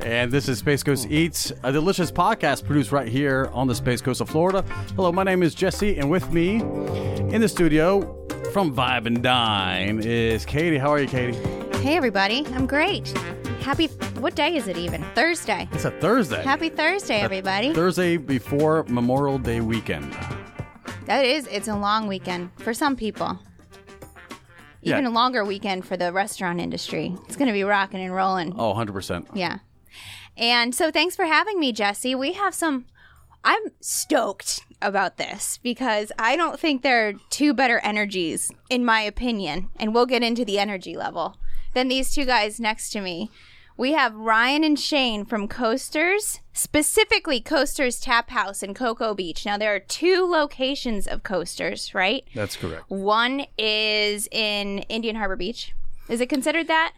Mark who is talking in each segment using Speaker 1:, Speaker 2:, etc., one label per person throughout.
Speaker 1: And this is Space Coast Eats, a delicious podcast produced right here on the Space Coast of Florida. Hello, my name is Jesse, and with me in the studio from Vibe and Dine is Katie. How are you, Katie?
Speaker 2: Hey, everybody. I'm great. Happy, what day is it even? Thursday.
Speaker 1: It's a Thursday.
Speaker 2: Happy Thursday, everybody.
Speaker 1: Thursday before Memorial Day weekend.
Speaker 2: That is, it's a long weekend for some people.
Speaker 1: Yeah.
Speaker 2: Even a longer weekend for the restaurant industry. It's going to be rocking and rolling.
Speaker 1: Oh, 100%.
Speaker 2: Yeah. And so thanks for having me, Jesse. We have some I'm stoked about this because I don't think there are two better energies in my opinion, and we'll get into the energy level than these two guys next to me. We have Ryan and Shane from Coasters, specifically Coasters Tap House in Cocoa Beach. Now there are two locations of Coasters, right?
Speaker 1: That's correct.
Speaker 2: One is in Indian Harbor Beach. Is it considered that?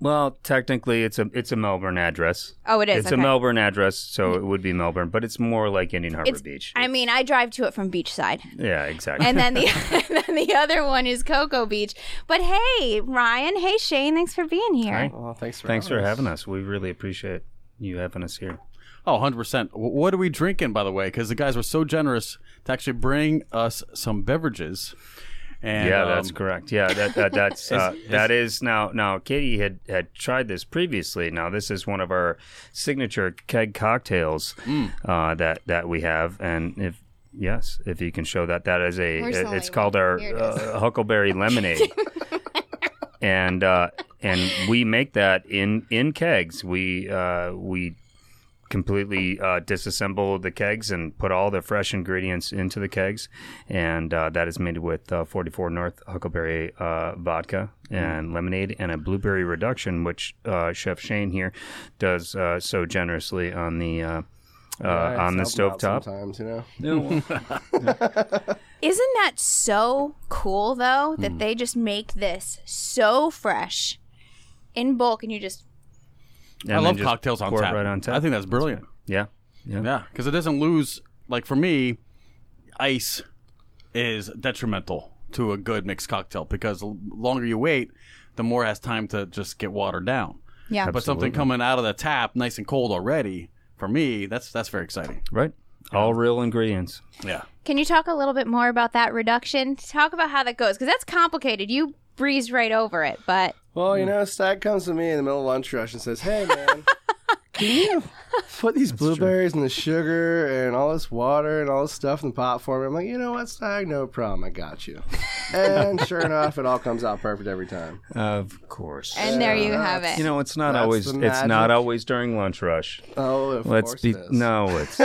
Speaker 3: Well, technically, it's a it's a Melbourne address.
Speaker 2: Oh, it is.
Speaker 3: It's a
Speaker 2: okay.
Speaker 3: Melbourne address, so it would be Melbourne, but it's more like Indian Harbor Beach.
Speaker 2: I mean, I drive to it from beachside.
Speaker 3: yeah, exactly.
Speaker 2: And then the and then the other one is Cocoa Beach. But hey, Ryan, hey Shane, thanks for being here.
Speaker 3: Hi.
Speaker 4: Well, thanks for
Speaker 3: Thanks for having us. We really appreciate you having us here.
Speaker 1: Oh, 100%. W- What are we drinking, by the way? Because the guys were so generous to actually bring us some beverages. And,
Speaker 3: yeah, that's
Speaker 1: um,
Speaker 3: correct. Yeah, that, that that's uh, that is now now Katie had had tried this previously. Now this is one of our signature keg cocktails
Speaker 1: Mm.
Speaker 3: uh, that that we have, and if yes, if you can show that, that is a
Speaker 2: Where's
Speaker 3: it-
Speaker 2: the
Speaker 3: it's
Speaker 2: light?
Speaker 3: called our
Speaker 2: Here it is.
Speaker 3: uh, Huckleberry Lemonade. And uh, and we make that in in kegs. We uh, we completely uh, disassemble the kegs and put all the fresh ingredients into the kegs, and uh, that is made with uh, 44 North Huckleberry uh, vodka and lemonade and a blueberry reduction, which uh, Chef Shane here does uh, so generously on the uh, uh, on the stovetop.
Speaker 4: Sometimes, you know.
Speaker 2: Isn't that so cool though
Speaker 3: Hmm.
Speaker 2: that they just make this so fresh in bulk and you just
Speaker 3: And
Speaker 1: I
Speaker 3: then
Speaker 1: love
Speaker 3: just
Speaker 1: cocktails on
Speaker 3: pour it
Speaker 1: tap.
Speaker 3: right on tap.
Speaker 1: I think that's brilliant.
Speaker 3: Yeah, yeah.
Speaker 1: Yeah, because it doesn't lose. Like for me, ice is detrimental to a good mixed cocktail because the longer you wait, the more it has time to just get watered down.
Speaker 2: yeah.
Speaker 1: But something coming out of the tap, nice and cold already, for me, that's that's very exciting.
Speaker 3: Right. All real ingredients.
Speaker 1: Yeah.
Speaker 2: Can you talk a little bit more about that reduction? Talk about how that goes cuz that's complicated. You breeze right over it, but
Speaker 4: Well, you know, Stag comes to me in the middle of lunch rush and says, "Hey, man, can you put these blueberries and the sugar and all this water and all this stuff in the pot for me?" I'm like, "You know what, Stag? No problem. I got you." And sure enough, it all comes out perfect every time.
Speaker 3: Of course.
Speaker 2: and there you have it.
Speaker 3: you know, it's not
Speaker 4: That's
Speaker 3: always
Speaker 4: the
Speaker 3: it's not
Speaker 4: magic.
Speaker 3: always during lunch rush.
Speaker 4: Oh, of
Speaker 3: Let's
Speaker 4: course
Speaker 3: be
Speaker 4: it is.
Speaker 3: no, it's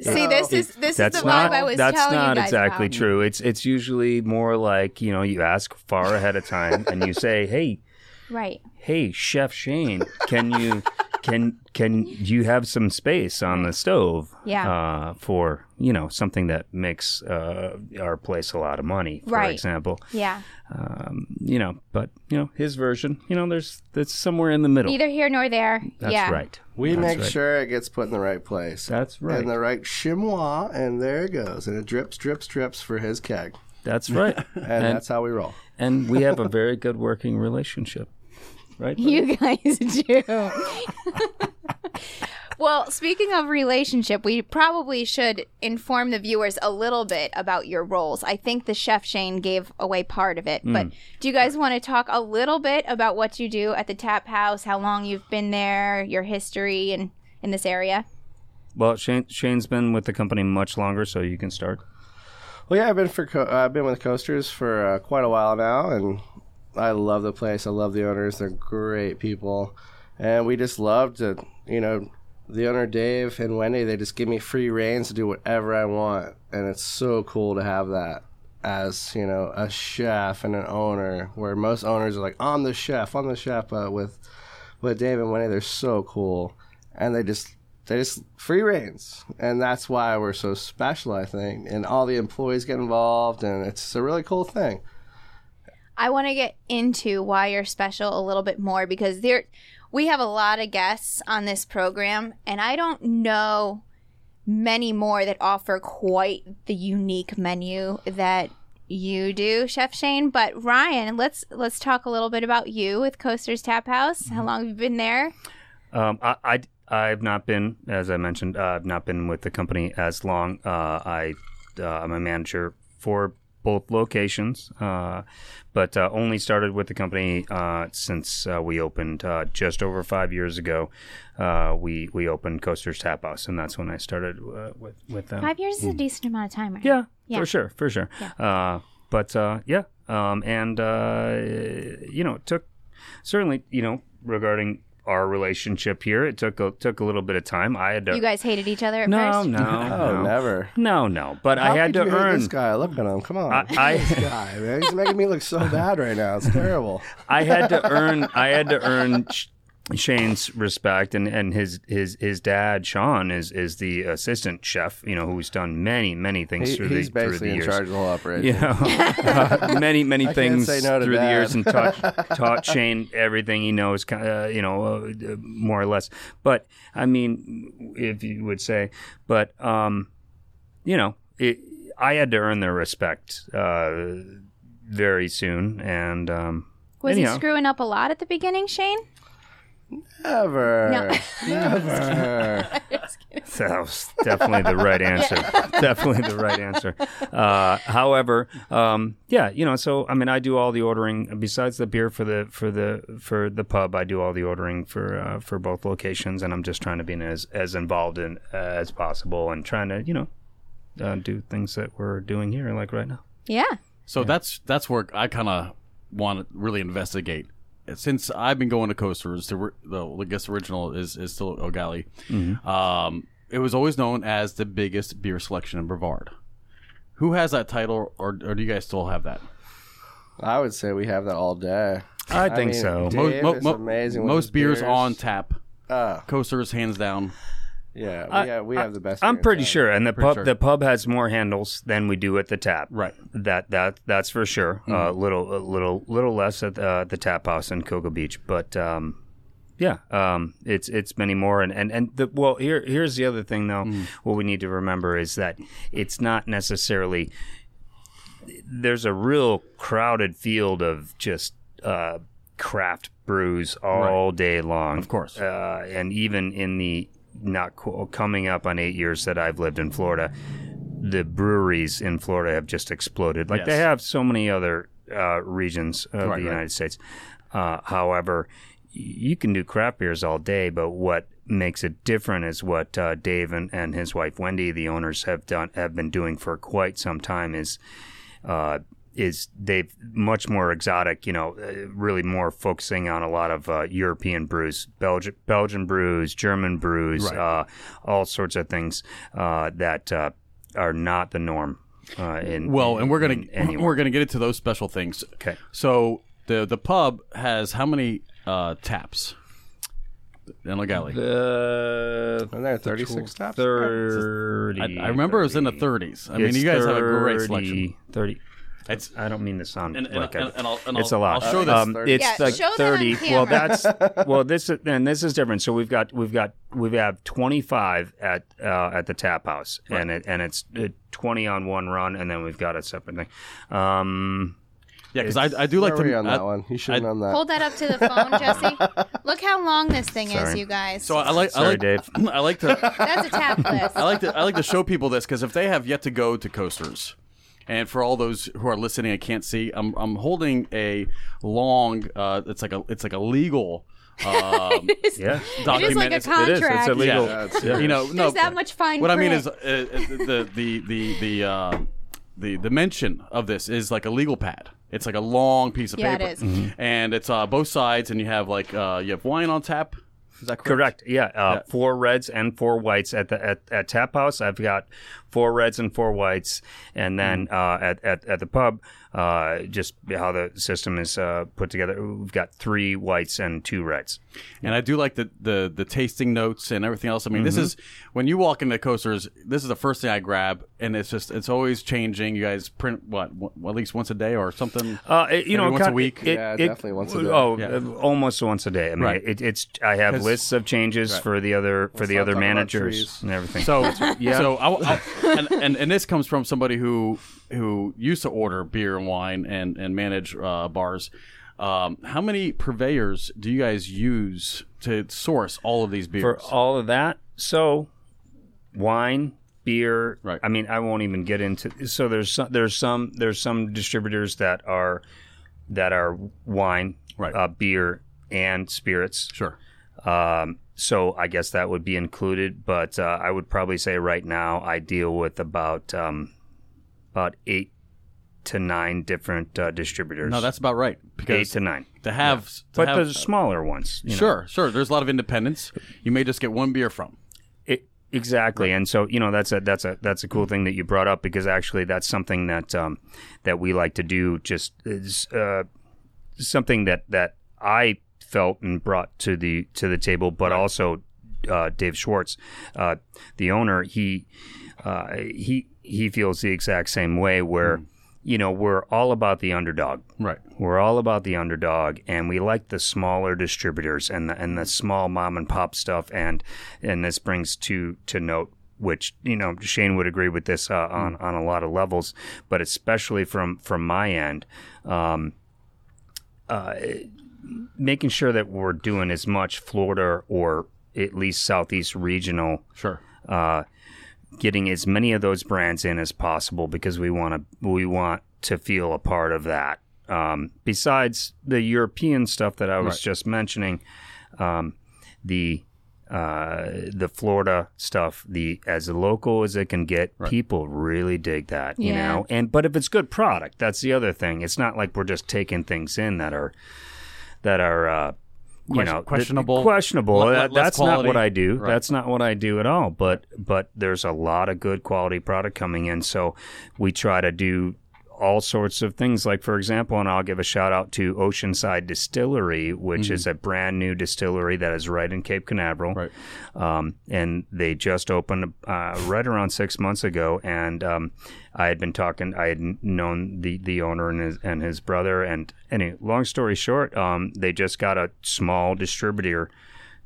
Speaker 2: See, this is this is
Speaker 3: uh, that's
Speaker 2: the vibe
Speaker 3: not
Speaker 2: I was
Speaker 3: that's
Speaker 2: telling
Speaker 3: not
Speaker 2: you guys
Speaker 3: exactly
Speaker 2: about.
Speaker 3: true. It's it's usually more like you know you ask far ahead of time and you say, hey,
Speaker 2: Right.
Speaker 3: hey, Chef Shane, can you can can you have some space on the stove?
Speaker 2: Yeah.
Speaker 3: Uh, for you know something that makes uh, our place a lot of money, for
Speaker 2: Right.
Speaker 3: example. Um,
Speaker 2: Yeah.
Speaker 3: You know, but you know his version. You know, there's that's somewhere in the middle.
Speaker 2: Neither here nor there.
Speaker 3: that's
Speaker 2: yeah.
Speaker 3: right.
Speaker 4: We
Speaker 3: That's
Speaker 4: make
Speaker 3: right.
Speaker 4: sure it gets put in the right place.
Speaker 3: That's
Speaker 4: In the
Speaker 3: right.
Speaker 4: right chimois, and there it goes, and it drips, drips, drips for his keg,
Speaker 3: That's right.
Speaker 4: and that's how we roll.
Speaker 3: and we have a very good working relationship. Right?
Speaker 2: You guys do. well, speaking of relationship, we probably should inform the viewers a little bit about your roles. I think the chef Shane gave away part of it, but do you guys want to talk a little bit about what you do at the tap house, how long you've been there, your history and in this area?
Speaker 3: Well, Shane, Shane's been with the company much longer, so you can start.
Speaker 4: Well, yeah, I've been for Co- uh, I've been with Coasters for uh, quite a while now, and I love the place. I love the owners; they're great people, and we just love to, you know, the owner Dave and Wendy. They just give me free reigns to do whatever I want, and it's so cool to have that as you know a chef and an owner. Where most owners are like, "I'm the chef, I'm the chef," but with with Dave and Wendy, they're so cool, and they just they just free reigns, and that's why we're so special, I think. And all the employees get involved, and it's a really cool thing.
Speaker 2: I want to get into why you're special a little bit more because there we have a lot of guests on this program and I don't know many more that offer quite the unique menu that you do, Chef Shane, but
Speaker 3: Mm-hmm.
Speaker 2: Ryan, let's let's talk a little bit about you with Coasters Tap House. How long have you been there?
Speaker 3: Um, I, I I've not been, as I mentioned, uh, I've not been with the company as long. Uh, I uh, I'm a manager for both locations, uh, but uh, only started with the company uh, since uh, we opened uh, just over five years ago. Uh, we we opened Coasters Tap House, and that's when I started uh, with with them.
Speaker 2: Five years is a decent amount of time, right?
Speaker 3: Yeah,
Speaker 2: Yeah.
Speaker 3: for sure, for sure. Uh, but uh, yeah, um, and uh, you know, it took certainly, you know, regarding our relationship here, it took a, took a little bit of time. I had to.
Speaker 2: You guys hated each other at
Speaker 3: no, um,
Speaker 2: first.
Speaker 3: no,
Speaker 4: Oh,
Speaker 3: no,
Speaker 4: never.
Speaker 3: no, no. But
Speaker 4: How
Speaker 3: I had to
Speaker 4: could you hate
Speaker 3: earn.
Speaker 4: this guy. Look at him. Come on.
Speaker 3: I, I,
Speaker 4: this guy, man. He's making me look so bad right now. It's terrible.
Speaker 3: I had to earn I had to earn Sh- Shane's respect and, and his his his dad Sean is is the assistant chef you know who's done many many things
Speaker 4: He-
Speaker 3: through the
Speaker 4: he's
Speaker 3: through the
Speaker 4: basically in
Speaker 3: years.
Speaker 4: charge of the whole operation.
Speaker 3: you know, uh, many many
Speaker 4: can't
Speaker 3: things
Speaker 4: say no to
Speaker 3: through the
Speaker 4: that.
Speaker 3: years and taught taught Shane everything he knows, ki- uh, you know, uh, more or less. But I mean, if you would say, but um, you know, it, I had to earn their respect uh, very soon, and um,
Speaker 2: Was he
Speaker 3: anyhow.
Speaker 2: screwing up a lot at the beginning, Shane?
Speaker 4: Never. Never.
Speaker 3: That was definitely the right answer. definitely the right answer. Uh, however, um, yeah, you know, so I mean, I do all the ordering besides the beer for the for the for the pub. I do all the ordering for uh, for both locations, and I'm just trying to be as as involved in uh, as possible and trying to you know uh, do things that we're doing here, like right now.
Speaker 2: Yeah.
Speaker 1: So that's that's where I kind of want to really investigate. Since I've been going to Coasters, the, ri- the I guess original is is still O'Galley. Um, it was always known as the biggest beer selection in Brevard. Who has that title, or, or do you guys still have that?
Speaker 4: I would say we have that all day.
Speaker 3: I, think
Speaker 4: mean,
Speaker 3: so.
Speaker 4: Dave is amazing with his
Speaker 1: most beers,
Speaker 4: beers.
Speaker 1: on tap.
Speaker 4: Oh,
Speaker 1: Coasters, hands down.
Speaker 4: yeah. We,
Speaker 3: I-
Speaker 4: have, we have the best.
Speaker 3: I'm
Speaker 4: beer
Speaker 3: pretty
Speaker 4: inside.
Speaker 3: sure, and the pub
Speaker 1: sure.
Speaker 3: the pub has more handles than we do at the tap.
Speaker 1: Right.
Speaker 3: That that that's for sure. Uh, little a little little less at uh, the tap house in Cocoa Beach, but um, yeah, um, it's it's many more. And and and the, well, here here's the other thing though. What we need to remember is that it's not necessarily there's a real crowded field of just uh, craft brews all day long, of
Speaker 1: course.
Speaker 3: uh, and even in the not co- coming up on eight years that I've lived in Florida, the breweries in Florida have just exploded. Like they
Speaker 1: Yes.
Speaker 3: have so many other uh, regions of
Speaker 1: Right,
Speaker 3: the
Speaker 1: right.
Speaker 3: United States. Uh, however, y- you can do craft beers all day, but what makes it different is what uh, Dave and, and his wife Wendy, the owners, have done have been doing for quite some time is uh, is they've much more exotic, you know, uh, really more focusing on a lot of uh, European brews, Belgian Belgian brews, German brews, uh, all sorts of things uh, that uh, are not the norm. Uh, in
Speaker 1: Well, and we're gonna
Speaker 3: in anywhere.
Speaker 1: we're gonna get into those special things.
Speaker 3: okay.
Speaker 1: So the the pub has how many uh, taps in O'Galley?
Speaker 3: Uh,
Speaker 4: Isn't there 36 taps?
Speaker 3: thirty.
Speaker 1: I, I remember it was in the 30s. I mean,
Speaker 3: It's
Speaker 1: you guys have a great selection.
Speaker 3: 30 Thirty.
Speaker 1: It's
Speaker 3: I don't mean to sound
Speaker 1: and, and,
Speaker 3: like
Speaker 1: and,
Speaker 3: I,
Speaker 1: and I'll, and
Speaker 3: it's
Speaker 1: I'll,
Speaker 3: a lot.
Speaker 1: I'll show this.
Speaker 3: Um, it's
Speaker 2: Yeah,
Speaker 3: like
Speaker 2: show that on
Speaker 3: thirty. Well,
Speaker 2: camera.
Speaker 3: that's well. This is- and this is different. So we've got we've got we have twenty five at uh, at the tap house, and it and it's uh, twenty on one run, and then we've got a separate thing. Um,
Speaker 1: yeah, because I, I do like
Speaker 4: Where were you
Speaker 1: to.
Speaker 4: on
Speaker 1: I,
Speaker 4: that one? You should have
Speaker 1: I-
Speaker 4: known that.
Speaker 2: Hold that up to the phone, Jesse. Look how long this thing is,
Speaker 3: Sorry.
Speaker 2: you guys.
Speaker 1: so uh, Oh, I like.
Speaker 3: Sorry,
Speaker 1: I like,
Speaker 3: Dave.
Speaker 1: I like to.
Speaker 2: That's a tap list.
Speaker 1: I like to. I like to show people this because if they have yet to go to coasters. And for all those who are listening and can't see, I'm, I'm holding a long. Uh, it's like a it's like a legal um,
Speaker 3: yeah,
Speaker 1: document.
Speaker 2: like
Speaker 1: It's-
Speaker 2: a
Speaker 3: it is. It's
Speaker 2: Contract.
Speaker 3: illegal.
Speaker 1: Yeah.
Speaker 4: That's
Speaker 1: you know, no,
Speaker 2: There's that much fine
Speaker 1: What I mean
Speaker 2: print.
Speaker 1: is uh, uh, the the the the uh, the the mention of this is like a legal pad. It's like a long piece of
Speaker 2: Yeah, it
Speaker 1: paper,
Speaker 2: is. Mhm.
Speaker 1: and it's uh, both sides, and you have like uh, you have wine on tap. Is that
Speaker 3: Correct. Yeah, uh, four reds and four whites at the at, at tap house. I've got four reds and four whites, and then uh, at, at at the pub, uh, just how the system is uh, put together. We've got three whites and two reds.
Speaker 1: And I do like the, the the tasting notes and everything else. I mean, this is when you walk into coasters. This is the first thing I grab, and it's just it's always changing. You guys print what one, at least once a day or something.
Speaker 3: Uh, it-
Speaker 1: Maybe
Speaker 3: you know,
Speaker 1: once a
Speaker 3: kind-
Speaker 1: week?
Speaker 3: it-
Speaker 4: Yeah,
Speaker 3: it-
Speaker 4: definitely once a day.
Speaker 3: Oh,
Speaker 1: Yeah.
Speaker 3: uh, almost once a day. I mean,
Speaker 1: Right.
Speaker 3: it, it's I have lists of changes for the other for the
Speaker 4: not
Speaker 3: other
Speaker 4: talk about
Speaker 3: managers
Speaker 4: trees.
Speaker 3: and everything.
Speaker 1: So yeah. So I, I- and, and and this comes from somebody who who used to order beer and wine and and manage uh, bars. Um, how many purveyors do you guys use to source all of these
Speaker 3: for
Speaker 1: beers?
Speaker 3: all of that. So, wine, beer.
Speaker 1: Right.
Speaker 3: I mean, I won't even get into. So there's some, there's some there's some distributors that are that are wine,
Speaker 1: Right.
Speaker 3: uh, beer, and spirits.
Speaker 1: sure.
Speaker 3: Um, so I guess that would be included, but uh, I would probably say right now I deal with about um, about eight to nine different uh, distributors.
Speaker 1: No, that's about right.
Speaker 3: eight
Speaker 1: Because
Speaker 3: to nine.
Speaker 1: to have, to
Speaker 3: But
Speaker 1: have- uh,
Speaker 3: the smaller ones, you know.
Speaker 1: sure, sure. There's a lot of independents. You may just get one beer from.
Speaker 3: It, exactly, and so you know that's a that's a that's a cool thing that you brought up because actually that's something that um, that we like to do. Just is uh, something that that I felt and brought to the to the table, but also uh, Dave Schwartz, uh, the owner, he uh, he he feels the exact same way. Where you know we're all about the underdog.
Speaker 1: Right.
Speaker 3: We're all about the underdog, and we like the smaller distributors and the, and the small mom and pop stuff. And and this brings to to note, which you know Shane would agree with this uh, on on a lot of levels, but especially from from my end, um, uh, making sure that we're doing as much Florida or at least Southeast regional
Speaker 1: Sure.
Speaker 3: uh, getting as many of those brands in as possible because we want to we want to feel a part of that. Um, besides the European stuff that I was
Speaker 1: Right.
Speaker 3: just mentioning, um, the uh, the Florida stuff, the as local as it can get, people really dig that, you
Speaker 2: Yeah.
Speaker 3: know. And but if it's good product, that's the other thing. It's not like we're just taking things in that are that are uh, you
Speaker 1: Ques-
Speaker 3: know th-
Speaker 1: questionable.
Speaker 3: questionable.
Speaker 1: Le- le-
Speaker 3: That-
Speaker 1: less
Speaker 3: that's not what
Speaker 1: quality.
Speaker 3: I do.
Speaker 1: Right.
Speaker 3: That's not what I do at all. But but there's a lot of good quality product coming in, so we try to do all sorts of things. Like for example, and I'll give a shout out to Oceanside Distillery, which is a brand new distillery that is right in Cape Canaveral
Speaker 1: Mm-hmm. Right.
Speaker 3: um, and they just opened uh, right around six months ago. And um, I had been talking, I had n- known the the owner and his and his brother. And anyway, long story short, um, they just got a small distributor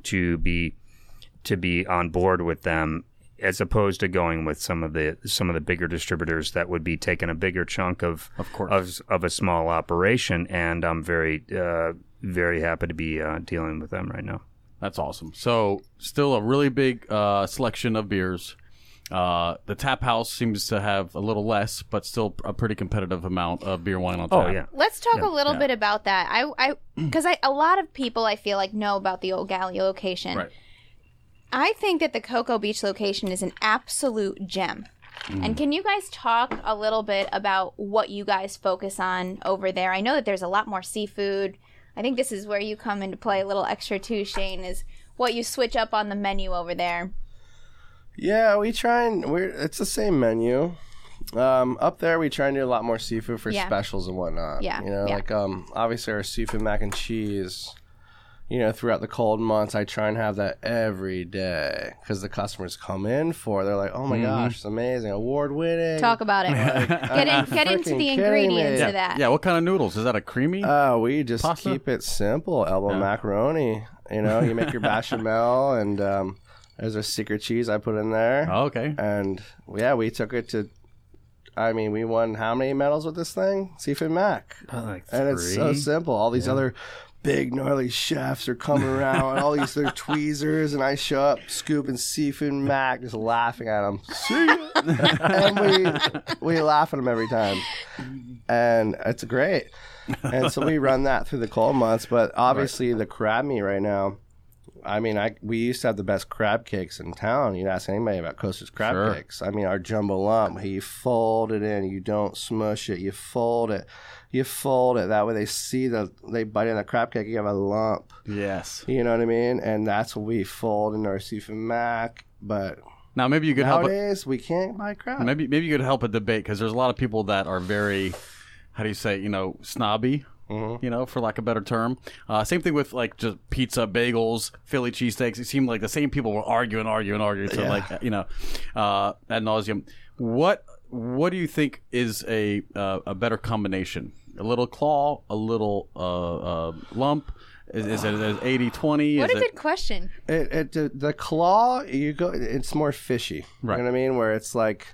Speaker 3: to be to be on board with them. As opposed to going with some of the some of the bigger distributors that would be taking a bigger chunk of
Speaker 1: Of course.
Speaker 3: of, of a small operation, and I'm very uh, very happy to be uh, dealing with them right now.
Speaker 1: That's awesome. So, still a really big uh, selection of beers. Uh, the tap house seems to have a little less, but still a pretty competitive amount of beer wine on tap.
Speaker 3: Oh yeah,
Speaker 2: Let's talk a little bit about that. I, I,
Speaker 1: Mm.
Speaker 2: because I, a lot of people I feel like know about the Old Galley location.
Speaker 1: Right.
Speaker 2: I think that the Cocoa Beach location is an absolute gem.
Speaker 1: Mm.
Speaker 2: And can you guys talk a little bit about what you guys focus on over there? I know that there's a lot more seafood. I think this is where you come into play a little extra too, Shane, is what you switch up on the menu over there.
Speaker 4: Yeah, we try and we're it's the same menu. Um, up there, we try and do a lot more seafood for
Speaker 2: Yeah.
Speaker 4: specials and whatnot.
Speaker 2: Yeah,
Speaker 4: you know,
Speaker 2: yeah.
Speaker 4: like um, obviously our seafood mac and cheese. You know, throughout the cold months, I try and have that every day because the customers come in for. it. They're like, "Oh my gosh, it's amazing, award winning."
Speaker 2: Talk about it. get in, get into
Speaker 4: freaking
Speaker 2: the
Speaker 4: kidding
Speaker 2: ingredients
Speaker 4: me.
Speaker 2: of that.
Speaker 1: Yeah, what kind of noodles? Is that a creamy?
Speaker 4: Uh, we just
Speaker 1: Pasta?
Speaker 4: keep it simple. Elbow macaroni. You know, you make your bechamel, and um, there's a secret cheese I put in there.
Speaker 1: oh, okay.
Speaker 4: And yeah, we took it to. I mean, we won how many medals with this thing? Seafood Mac. And it's so simple. All these other big gnarly chefs are coming around, and all these their tweezers, and I show up scooping seafood mac, just laughing at them. See ya. and we we laugh at them every time, and it's great. And so we run that through the cold months, but obviously the crab meat right now. I mean, I we used to have the best crab cakes in town. You'd ask anybody about Coasters crab
Speaker 1: Sure.
Speaker 4: cakes. I mean, our jumbo lump, you fold it in, you don't smush it, you fold it, you fold it. That way, they see the they bite in the crab cake. You have a lump.
Speaker 1: Yes.
Speaker 4: You know what I mean? And that's what we fold in our seafood mac. But
Speaker 1: Now maybe you could help. A,
Speaker 4: nowadays, uh, we can't buy crab.
Speaker 1: maybe maybe you could help a debate because there's a lot of people that are very, how do you say, you know, snobby.
Speaker 4: Mm-hmm.
Speaker 1: You know, for lack of a better term. Uh, same thing with like just pizza, bagels, Philly cheesesteaks. It seemed like the same people were arguing, arguing, arguing. So like you know, uh, ad nauseum. What what do you think is a uh, a better combination? A little claw, a little uh, uh, lump. Is, is it is 80 20?
Speaker 2: What
Speaker 1: is
Speaker 2: a
Speaker 1: it,
Speaker 2: good question.
Speaker 4: It, it the, the claw you go. It's more fishy.
Speaker 1: Right.
Speaker 4: You know what I mean? Where it's like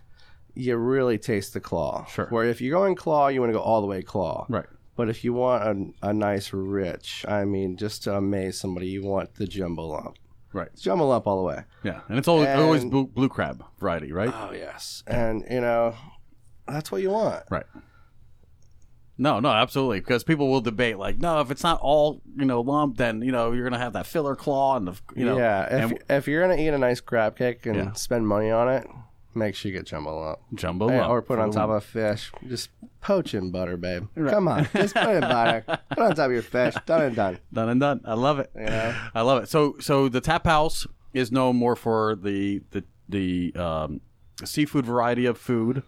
Speaker 4: you really taste the claw.
Speaker 1: Sure.
Speaker 4: Where if you're going claw, you want to go all the way claw.
Speaker 1: Right.
Speaker 4: But if you want a, a nice rich, I mean, just to amaze somebody, you want the jumbo lump.
Speaker 1: Right.
Speaker 4: Jumbo lump all the way.
Speaker 1: Yeah, and it's always, always
Speaker 4: And-
Speaker 1: blue, blue crab variety, right?
Speaker 4: Oh, yes. And, you know, that's what you want.
Speaker 1: Right. No, no, absolutely. Because people will debate, like, no, if it's not all you know lump, then you know you're gonna have that filler claw and the you know.
Speaker 4: yeah. If,
Speaker 1: and
Speaker 4: if you're going to eat a nice crab cake and
Speaker 1: Yeah.
Speaker 4: spend money on it, make sure you get jumbo lump.
Speaker 1: jumbo
Speaker 4: Yeah,
Speaker 1: lump
Speaker 4: or put
Speaker 1: for
Speaker 4: on
Speaker 1: the
Speaker 4: top
Speaker 1: win.
Speaker 4: of fish. Just poach in butter, babe. Come on. Just put it in butter. Put it on top of your fish. Done and done.
Speaker 1: done and done. I love it.
Speaker 4: Yeah.
Speaker 1: I love it. So, so the tap house is known more for the the the um, seafood variety of food.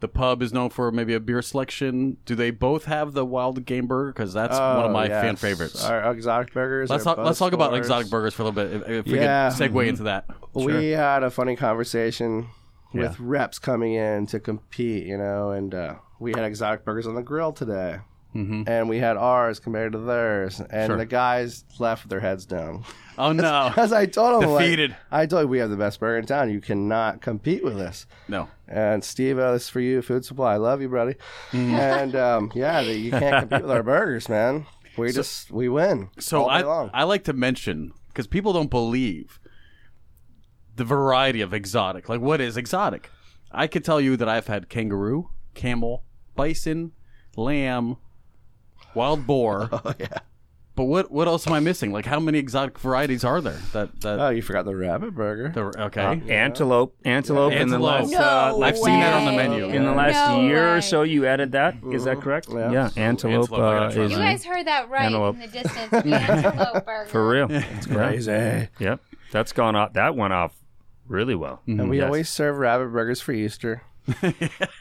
Speaker 1: The pub is known for maybe a beer selection. Do they both have the wild game burger? Because that's one of
Speaker 4: Oh,
Speaker 1: my fan
Speaker 4: yes.
Speaker 1: favorites.
Speaker 4: Our exotic burgers.
Speaker 1: Let's
Speaker 4: our
Speaker 1: talk, let's talk about
Speaker 4: Buzz
Speaker 1: exotic
Speaker 4: Bars.
Speaker 1: burgers for a little bit. If, if we
Speaker 4: Yeah.
Speaker 1: can segue into that.
Speaker 4: We had a funny conversation
Speaker 1: Yeah.
Speaker 4: with reps coming in to compete, you know, and uh, we had exotic burgers on the grill today.
Speaker 1: Mhm.
Speaker 4: And we had ours compared to theirs, and
Speaker 1: Sure.
Speaker 4: the guys left with their heads down.
Speaker 1: Oh no,
Speaker 4: As I told them, like,
Speaker 1: Defeated.
Speaker 4: I told you we have the best burger in town. You cannot compete with us.
Speaker 1: no.
Speaker 4: And Steve, uh, this is for you, Food Supply. I love you, buddy. and um, yeah, the, you can't compete with our burgers, man. We just we win.
Speaker 1: So
Speaker 4: all day
Speaker 1: I
Speaker 4: long.
Speaker 1: I like to mention because people don't believe the variety of exotic. Like what is exotic? I could tell you that I've had kangaroo, camel, bison, lamb, wild boar.
Speaker 4: oh yeah.
Speaker 1: But what what else am I missing? Like how many exotic varieties are there? That that
Speaker 4: Oh, you forgot the rabbit burger.
Speaker 1: the, okay.
Speaker 4: uh,
Speaker 3: Uh, Antelope, antelope, in the
Speaker 1: Antelope.
Speaker 3: last.
Speaker 2: No
Speaker 3: uh,
Speaker 1: I've seen that on the
Speaker 2: way.
Speaker 1: menu.
Speaker 3: In the
Speaker 4: Yeah.
Speaker 3: last
Speaker 2: No
Speaker 3: year
Speaker 2: way.
Speaker 3: or so, you added that. Is that correct?
Speaker 4: Yeah.
Speaker 3: Yeah, antelope.
Speaker 1: Antelope, I gotta
Speaker 3: uh,
Speaker 1: try
Speaker 3: is
Speaker 2: You
Speaker 1: that.
Speaker 3: in-
Speaker 2: guys heard that right
Speaker 3: Antelope.
Speaker 2: in the distance. The antelope burger.
Speaker 3: for real. It's
Speaker 4: Crazy.
Speaker 3: Yep, that's gone off. That went off really well.
Speaker 4: And we
Speaker 3: Mm, Yes.
Speaker 4: always serve rabbit burgers for Easter.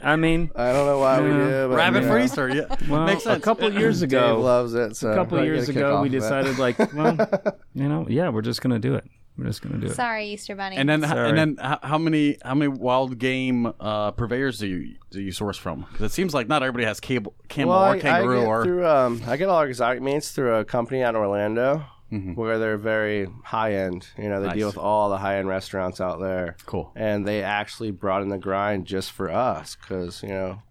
Speaker 3: I mean,
Speaker 4: I don't know why we
Speaker 3: Yeah.
Speaker 4: do. But,
Speaker 1: Rabbit
Speaker 4: you know,
Speaker 1: freezer, yeah.
Speaker 3: well,
Speaker 1: Makes
Speaker 3: a
Speaker 1: sense.
Speaker 3: couple years
Speaker 4: Dave
Speaker 3: ago,
Speaker 4: loves it. So
Speaker 3: a couple
Speaker 4: I
Speaker 3: years
Speaker 4: get a kick
Speaker 3: ago,
Speaker 4: off
Speaker 3: we
Speaker 4: of it.
Speaker 3: decided like, well, you know, yeah, we're just gonna do it. We're just gonna do it.
Speaker 2: Sorry, Easter Bunny.
Speaker 1: And then,
Speaker 3: Sorry.
Speaker 1: and then, how, how many how many wild game uh, purveyors do you do you source from? Because it seems like not everybody has cable, camel
Speaker 4: Well, I,
Speaker 1: or
Speaker 4: I
Speaker 1: kangaroo
Speaker 4: get
Speaker 1: or
Speaker 4: through, um, I get all our exotic meats through a company out of Orlando, where they're very high end. You know, they
Speaker 1: Nice.
Speaker 4: deal with all the high end restaurants out there.
Speaker 1: cool.
Speaker 4: and they actually brought in the grind just for us because you know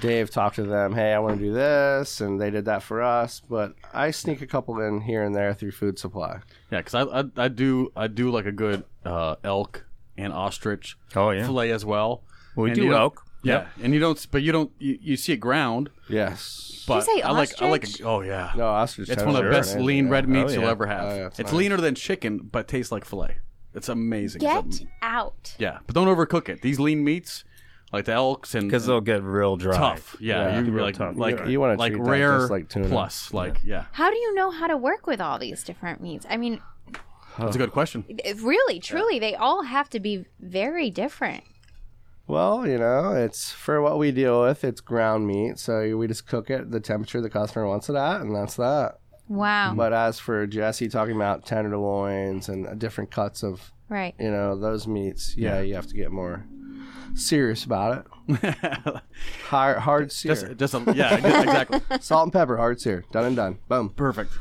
Speaker 4: dave talked to them hey i want to do this and they did that for us but i sneak a couple in here and there through food supply
Speaker 1: Yeah, because I, I I do I do like a good uh, elk and ostrich
Speaker 3: Oh yeah,
Speaker 1: fillet as well.
Speaker 3: Well, we
Speaker 1: And
Speaker 3: do
Speaker 1: you don't-
Speaker 3: elk.
Speaker 1: Yeah. and you don't, but you don't you, you see it ground.
Speaker 4: yes
Speaker 1: But
Speaker 2: say
Speaker 1: I like I like.
Speaker 2: ostrich?
Speaker 1: A, oh yeah,
Speaker 4: no ostrich
Speaker 1: it's
Speaker 4: tenders
Speaker 1: one of the
Speaker 4: are
Speaker 1: best
Speaker 4: amazing,
Speaker 1: lean
Speaker 4: yeah.
Speaker 1: red meats
Speaker 3: Oh, yeah.
Speaker 1: you'll ever have.
Speaker 4: Oh, yeah,
Speaker 1: it's
Speaker 4: it's nice.
Speaker 1: leaner than chicken, but tastes like fillet. It's amazing. It's
Speaker 2: Get
Speaker 1: am-
Speaker 2: out.
Speaker 1: yeah, but don't overcook it. These lean meats, like the elks and
Speaker 3: because they'll get real dry.
Speaker 1: tough. Yeah,
Speaker 4: Yeah.
Speaker 1: you can be
Speaker 3: Real
Speaker 1: like
Speaker 3: tough.
Speaker 1: like
Speaker 4: You- you wanna
Speaker 1: like
Speaker 4: treat that
Speaker 1: rare
Speaker 4: just like tuna.
Speaker 1: plus like yeah.
Speaker 2: How do you know how to work with all these different meats? I mean,
Speaker 1: That's a good question.
Speaker 2: if really, truly, they all have to be very different.
Speaker 4: well you know it's for what we deal with it's ground meat so we just cook it the temperature the customer wants it at and that's that
Speaker 2: Wow.
Speaker 4: but as for jesse talking about tenderloins and different cuts of
Speaker 2: right.
Speaker 4: you know those meats yeah, you have to get more serious about it hard hard sear
Speaker 1: just just a, yeah, exactly.
Speaker 4: salt and pepper hard sear done and done boom
Speaker 1: Perfect.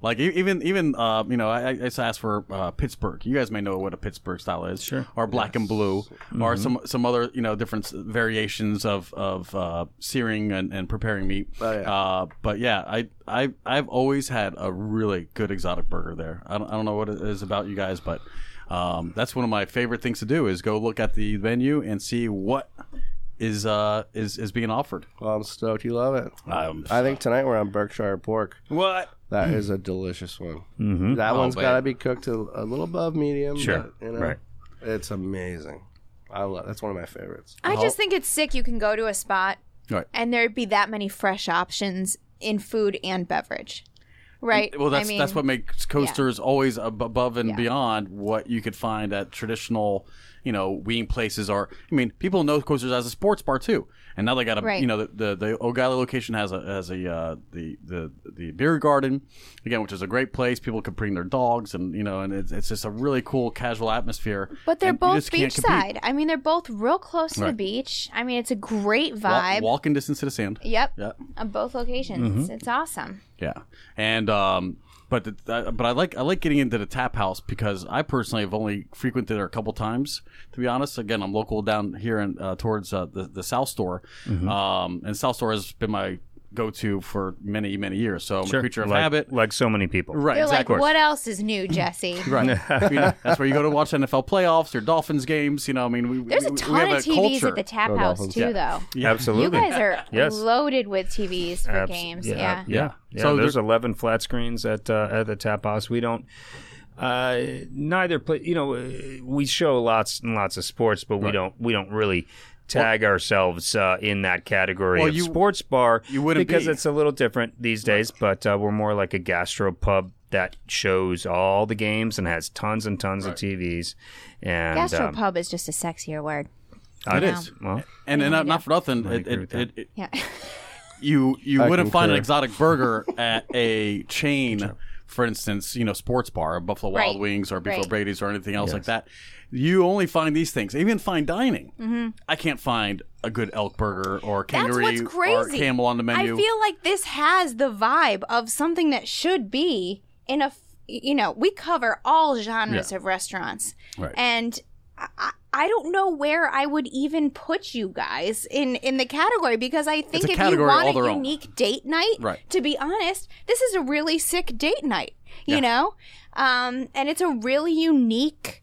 Speaker 1: Like e- even even uh, you know I, I just asked for uh, Pittsburgh. You guys may know what a Pittsburgh style is,
Speaker 3: Sure.
Speaker 1: Or black and blue,
Speaker 4: Mm-hmm.
Speaker 1: or some some other you know different s- variations of of uh, searing and, and preparing meat.
Speaker 4: Oh, yeah.
Speaker 1: Uh, but yeah, I I I've always had a really good exotic burger there. I don't, I don't know what it is about you guys, but um, that's one of my favorite things to do is go look at the menu and see what is uh is is being offered.
Speaker 4: well i'm stoked you love it
Speaker 1: Um,
Speaker 4: i think tonight we're on berkshire pork
Speaker 1: what?
Speaker 4: that is a delicious one
Speaker 3: Mm-hmm.
Speaker 4: that
Speaker 1: Oh,
Speaker 4: one's
Speaker 1: man.
Speaker 4: got to be cooked a, a little above medium
Speaker 3: Sure.
Speaker 4: but, you know,
Speaker 3: Right.
Speaker 4: it's amazing i love that's one of my favorites
Speaker 2: I just think it's sick. You can go to a spot
Speaker 1: Right.
Speaker 2: and there'd be that many fresh options in food and beverage. Right.
Speaker 1: Well, that's
Speaker 2: I mean,
Speaker 1: that's what makes coasters always ab- above and beyond what you could find at traditional, you know, wing places. Are I mean, people know coasters as a sports bar too, and now they got a
Speaker 2: Right.
Speaker 1: you know the the, the O'Galley location has a has a uh, the the the beer garden again, which is a great place. People could bring their dogs, and you know, and it's, it's just a really cool casual atmosphere.
Speaker 2: But they're
Speaker 1: and you
Speaker 2: both
Speaker 1: just can't compete.
Speaker 2: beachside. I mean, they're both real close to the
Speaker 1: Right.
Speaker 2: beach. I mean, it's a great
Speaker 1: Wa-
Speaker 2: vibe.
Speaker 1: walking distance to the sand.
Speaker 2: Yep.
Speaker 1: Yeah. Mm-hmm.
Speaker 2: On both locations. It's awesome.
Speaker 1: Yeah, and um, but the, uh, but I like I like getting into the tap house because I personally have only frequented it a couple times. To be honest, again,
Speaker 3: Mm-hmm.
Speaker 1: I'm local down here and uh, towards uh, the the South Store, um, and South Store has been my go to for many, many years. So I'm a creature of
Speaker 3: like,
Speaker 1: habit.
Speaker 3: like so many people.
Speaker 1: Right,
Speaker 2: They're
Speaker 1: exactly. Mm-hmm.
Speaker 2: like, what else is new, Jesse?
Speaker 1: Right. You know, that's where you go to watch NFL playoffs or Dolphins games. You know, I mean, we,
Speaker 2: There's
Speaker 1: we,
Speaker 2: a
Speaker 1: we
Speaker 2: ton
Speaker 1: have
Speaker 2: of
Speaker 1: a
Speaker 2: TVs
Speaker 1: culture.
Speaker 2: at the tap house
Speaker 4: Dolphins.
Speaker 2: too, though. You
Speaker 3: Absolutely.
Speaker 2: guys are
Speaker 3: Yes.
Speaker 2: loaded with TVs for
Speaker 3: Abs-
Speaker 2: games.
Speaker 3: Yeah,
Speaker 2: Yeah.
Speaker 3: yeah. Yeah,
Speaker 1: So
Speaker 3: there's
Speaker 1: there-
Speaker 3: eleven flat screens at uh, at the tap house. We don't. Uh, neither play. You know, uh, we show lots and lots of sports, but we don't. We don't really tag ourselves uh, in that category
Speaker 1: Well,
Speaker 3: of
Speaker 1: you-
Speaker 3: sports bar.
Speaker 1: you wouldn't
Speaker 3: because
Speaker 1: be.
Speaker 3: it's a little different these days. But uh, we're more like a gastro pub that shows all the games and has tons and tons of TVs. And um,
Speaker 2: Gastropub is just a sexier word.
Speaker 3: I-
Speaker 1: It is.
Speaker 3: Well,
Speaker 1: And, and not, not for nothing, it,
Speaker 3: agree
Speaker 1: it,
Speaker 3: with
Speaker 1: it,
Speaker 3: that.
Speaker 1: it-
Speaker 2: Yeah.
Speaker 1: you you
Speaker 4: I
Speaker 1: wouldn't find an
Speaker 4: concur.
Speaker 1: exotic burger at a chain, for instance, you know, sports bar, Buffalo Wild
Speaker 2: Right.
Speaker 1: Wings or Buffalo
Speaker 2: Right.
Speaker 1: Brady's or anything else like that. You only find these things. Even fine dining, I can't find a good elk burger or
Speaker 2: Mm-hmm. That's
Speaker 1: kangaroo
Speaker 2: what's
Speaker 1: or
Speaker 2: crazy.
Speaker 1: camel on the menu.
Speaker 2: I feel like this has the vibe of something that should be in a, f- you know, we cover all genres of restaurants.
Speaker 1: Right.
Speaker 2: And I- I, I don't know where I would even put you guys in in the category because I think
Speaker 1: a
Speaker 2: if you
Speaker 1: category all
Speaker 2: want a
Speaker 1: their own.
Speaker 2: unique date night,
Speaker 1: Right.
Speaker 2: to be honest, this is a really sick date night, you know? Um, and it's a really unique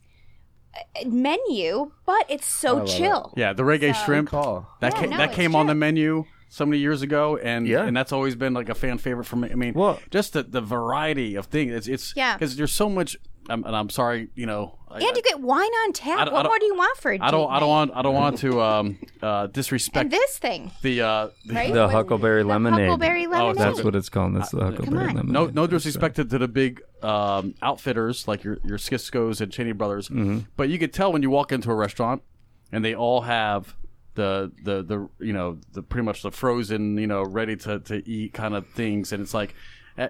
Speaker 2: uh, menu, but it's so chill.
Speaker 1: yeah, the reggae shrimp.
Speaker 4: Call.
Speaker 1: That
Speaker 2: Yeah,
Speaker 1: came,
Speaker 2: no,
Speaker 1: that
Speaker 2: it's
Speaker 1: came on
Speaker 2: true.
Speaker 1: the menu so many years ago, and
Speaker 3: Yeah.
Speaker 1: and that's always been like a fan favorite for me. I mean,
Speaker 3: Well-
Speaker 1: just the, the variety of things. It's it's
Speaker 2: Yeah.
Speaker 1: because there's so much. Um, and I'm sorry, you know, I,
Speaker 2: And you get wine on tap.
Speaker 1: I don't- I
Speaker 2: what
Speaker 1: don't-
Speaker 2: more do you want for a date
Speaker 1: I don't I
Speaker 2: night?
Speaker 1: don't want I don't want to um uh
Speaker 2: And
Speaker 1: disrespect
Speaker 2: this thing,
Speaker 1: the uh the,
Speaker 2: right?
Speaker 3: the Huckleberry Lemonade.
Speaker 2: Huckleberry lemonade.
Speaker 1: that's
Speaker 3: what it's called. That's the Huckleberry
Speaker 2: on.
Speaker 3: Lemonade.
Speaker 1: no no disrespect to the big um outfitters like your your Sisco's and Cheney Brothers, but you could tell when you walk into a restaurant and they all have. The, the the you know the pretty much the frozen you know ready to, to eat kind of things and it's like eh,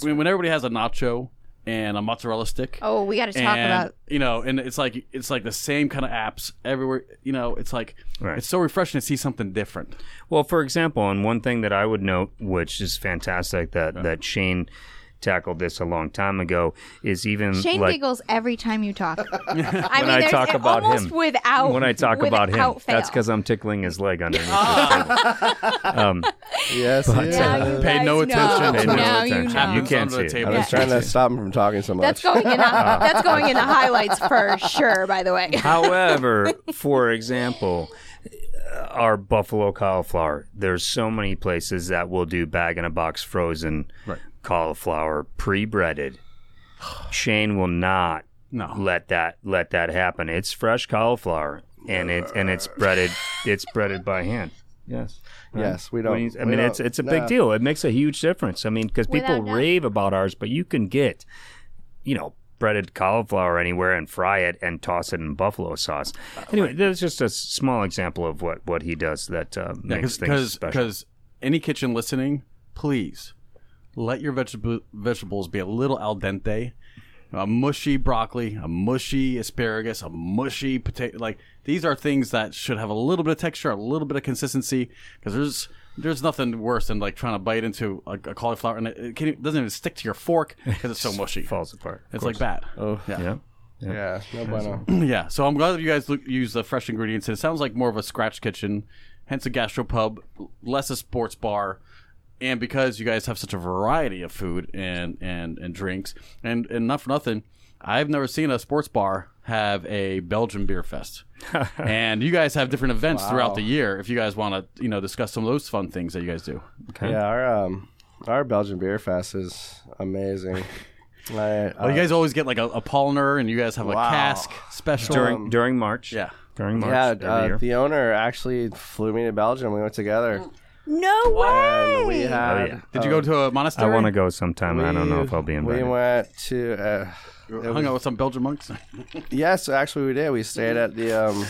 Speaker 1: when, when everybody has a nacho and a mozzarella stick
Speaker 2: oh, we got to talk
Speaker 1: and,
Speaker 2: about.
Speaker 1: you know and it's like it's like the same kind of apps everywhere you know it's like
Speaker 3: Right.
Speaker 1: it's so refreshing to see something different
Speaker 3: Well, for example, and one thing that I would note, which is fantastic that that Shane tackled this a long time ago, is even
Speaker 2: Shane
Speaker 3: like
Speaker 2: giggles every time you talk. I mean,
Speaker 3: I
Speaker 2: there's
Speaker 3: talk
Speaker 2: it
Speaker 3: about
Speaker 2: almost
Speaker 3: him.
Speaker 2: without
Speaker 3: when I talk about him,
Speaker 2: without fail.
Speaker 3: that's because I'm tickling his leg underneath.
Speaker 4: Yes. uh, yes.
Speaker 2: Now
Speaker 1: Pay
Speaker 2: you guys
Speaker 1: no attention.
Speaker 2: Know.
Speaker 1: Pay no
Speaker 2: Now
Speaker 3: attention.
Speaker 2: You know.
Speaker 1: Happens
Speaker 3: can't
Speaker 1: under the
Speaker 3: see it.
Speaker 1: table.
Speaker 4: I was trying to stop him from talking so much.
Speaker 2: That's going in.
Speaker 3: Uh.
Speaker 2: that's going in the highlights for sure. By the way,
Speaker 3: However, for example, our buffalo cauliflower, there's so many places that will do bag in a box frozen
Speaker 1: Right.
Speaker 3: cauliflower pre-breaded. Shane will not
Speaker 1: No.
Speaker 3: let that let that happen. It's fresh cauliflower and it and it's breaded it's breaded by hand. Yes.
Speaker 4: Yes, we
Speaker 3: I
Speaker 4: don't.
Speaker 3: mean, I
Speaker 4: we
Speaker 3: mean
Speaker 4: don't-
Speaker 3: it's it's a big
Speaker 4: no.
Speaker 3: deal. It makes a huge difference. I mean, because people
Speaker 2: Without doubt.
Speaker 3: rave about ours, but you can get, you know, breaded cauliflower anywhere and fry it and toss it in buffalo sauce. Anyway, that's just a small example of what what he does that uh, makes things
Speaker 1: because
Speaker 3: special.
Speaker 1: because any kitchen listening, please let your vegetable vegetables be a little al dente. A mushy broccoli, a mushy asparagus, a mushy potato. Like these are things that should have a little bit of texture, a little bit of consistency. Because there's there's nothing worse than like trying to bite into a, a cauliflower and it, it, can't, it doesn't even stick to your fork because it's so mushy.
Speaker 3: falls apart. of
Speaker 1: It's like
Speaker 3: course.
Speaker 1: that.
Speaker 4: Oh.
Speaker 1: yeah.
Speaker 3: Yeah.
Speaker 4: Yeah. No bueno.
Speaker 1: Yeah, so I'm glad that you guys look, use the fresh ingredients. It sounds like more of a scratch kitchen, hence a gastropub, less a sports bar, and because you guys have such a variety of food and and and drinks, and and not for nothing, I've never seen a sports bar have a Belgian beer fest. and you guys have different events throughout the year. If you guys want to, you know, discuss some of those fun things that you guys do.
Speaker 3: Okay.
Speaker 4: Yeah. Our um, our Belgian beer fest is amazing. I,
Speaker 1: Well, you guys always get like a, a polliner, and you guys have a
Speaker 4: Wow.
Speaker 1: cask special.
Speaker 3: During during March.
Speaker 1: Um, yeah.
Speaker 3: During March.
Speaker 4: yeah,
Speaker 3: every
Speaker 4: uh,
Speaker 3: year.
Speaker 4: the owner actually flew me to Belgium. We went together,
Speaker 2: no way.
Speaker 4: and we had.
Speaker 3: Oh, yeah.
Speaker 1: Did you go to a monastery?
Speaker 3: Oh. I want to go sometime. I don't know
Speaker 4: we-
Speaker 3: if I'll be
Speaker 4: uh, We
Speaker 3: invited.
Speaker 4: went to. Uh,
Speaker 1: Hung out with some Belgian monks.
Speaker 3: Oh,
Speaker 4: yes, actually, we did. We stayed at the. Um,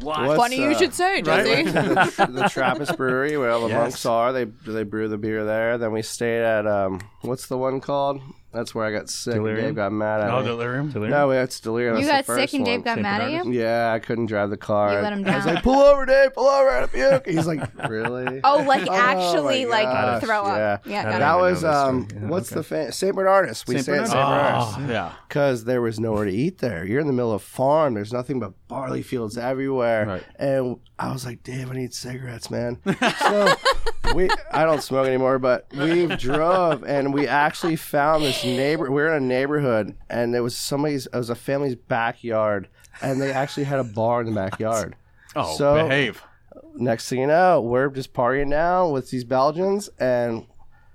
Speaker 4: what's,
Speaker 2: Funny you
Speaker 4: uh,
Speaker 2: should say, Jesse.
Speaker 4: the, the Trappist Brewery, where all the
Speaker 1: Yes.
Speaker 4: monks are. They they brew the beer there. Then we stayed at um, what's the one called? That's where I got sick. and
Speaker 3: Delirium?
Speaker 4: Dave got mad at me.
Speaker 1: delirium.
Speaker 4: no, it's Delirium.
Speaker 2: You got
Speaker 4: That's the
Speaker 2: sick
Speaker 4: first
Speaker 2: and Dave
Speaker 4: one.
Speaker 2: got mad at you.
Speaker 4: Yeah, I couldn't drive the car.
Speaker 2: You let him
Speaker 4: I was
Speaker 2: down.
Speaker 4: like, "Pull over, Dave! Pull over!" I'll be okay." He's like, "Really?"
Speaker 2: Oh, like
Speaker 4: my
Speaker 2: actually, like
Speaker 4: gosh,
Speaker 2: throw up.
Speaker 4: yeah.
Speaker 2: Yeah,
Speaker 3: I
Speaker 2: got
Speaker 4: That
Speaker 3: don't
Speaker 2: it.
Speaker 3: even
Speaker 4: was
Speaker 3: know this
Speaker 4: um,
Speaker 3: story. Yeah,
Speaker 4: what's
Speaker 3: okay.
Speaker 4: the fan? St. Bernardus. We
Speaker 3: St.
Speaker 4: stayed at St.
Speaker 3: Bernardus.
Speaker 4: Bernardus
Speaker 1: Oh, yeah.
Speaker 4: because there was nowhere to eat there. You're in the middle of farm. There's nothing but barley fields everywhere.
Speaker 1: Right.
Speaker 4: And I was like, Dave, I need cigarettes, man. So we I don't smoke anymore, but we drove and we actually found this neighbor. We are in a neighborhood, and there was somebody's. It was a family's backyard, and they actually had a bar in the backyard.
Speaker 1: Oh,
Speaker 4: So-
Speaker 1: behave.
Speaker 4: Next thing you know, we're just partying now with these Belgians, and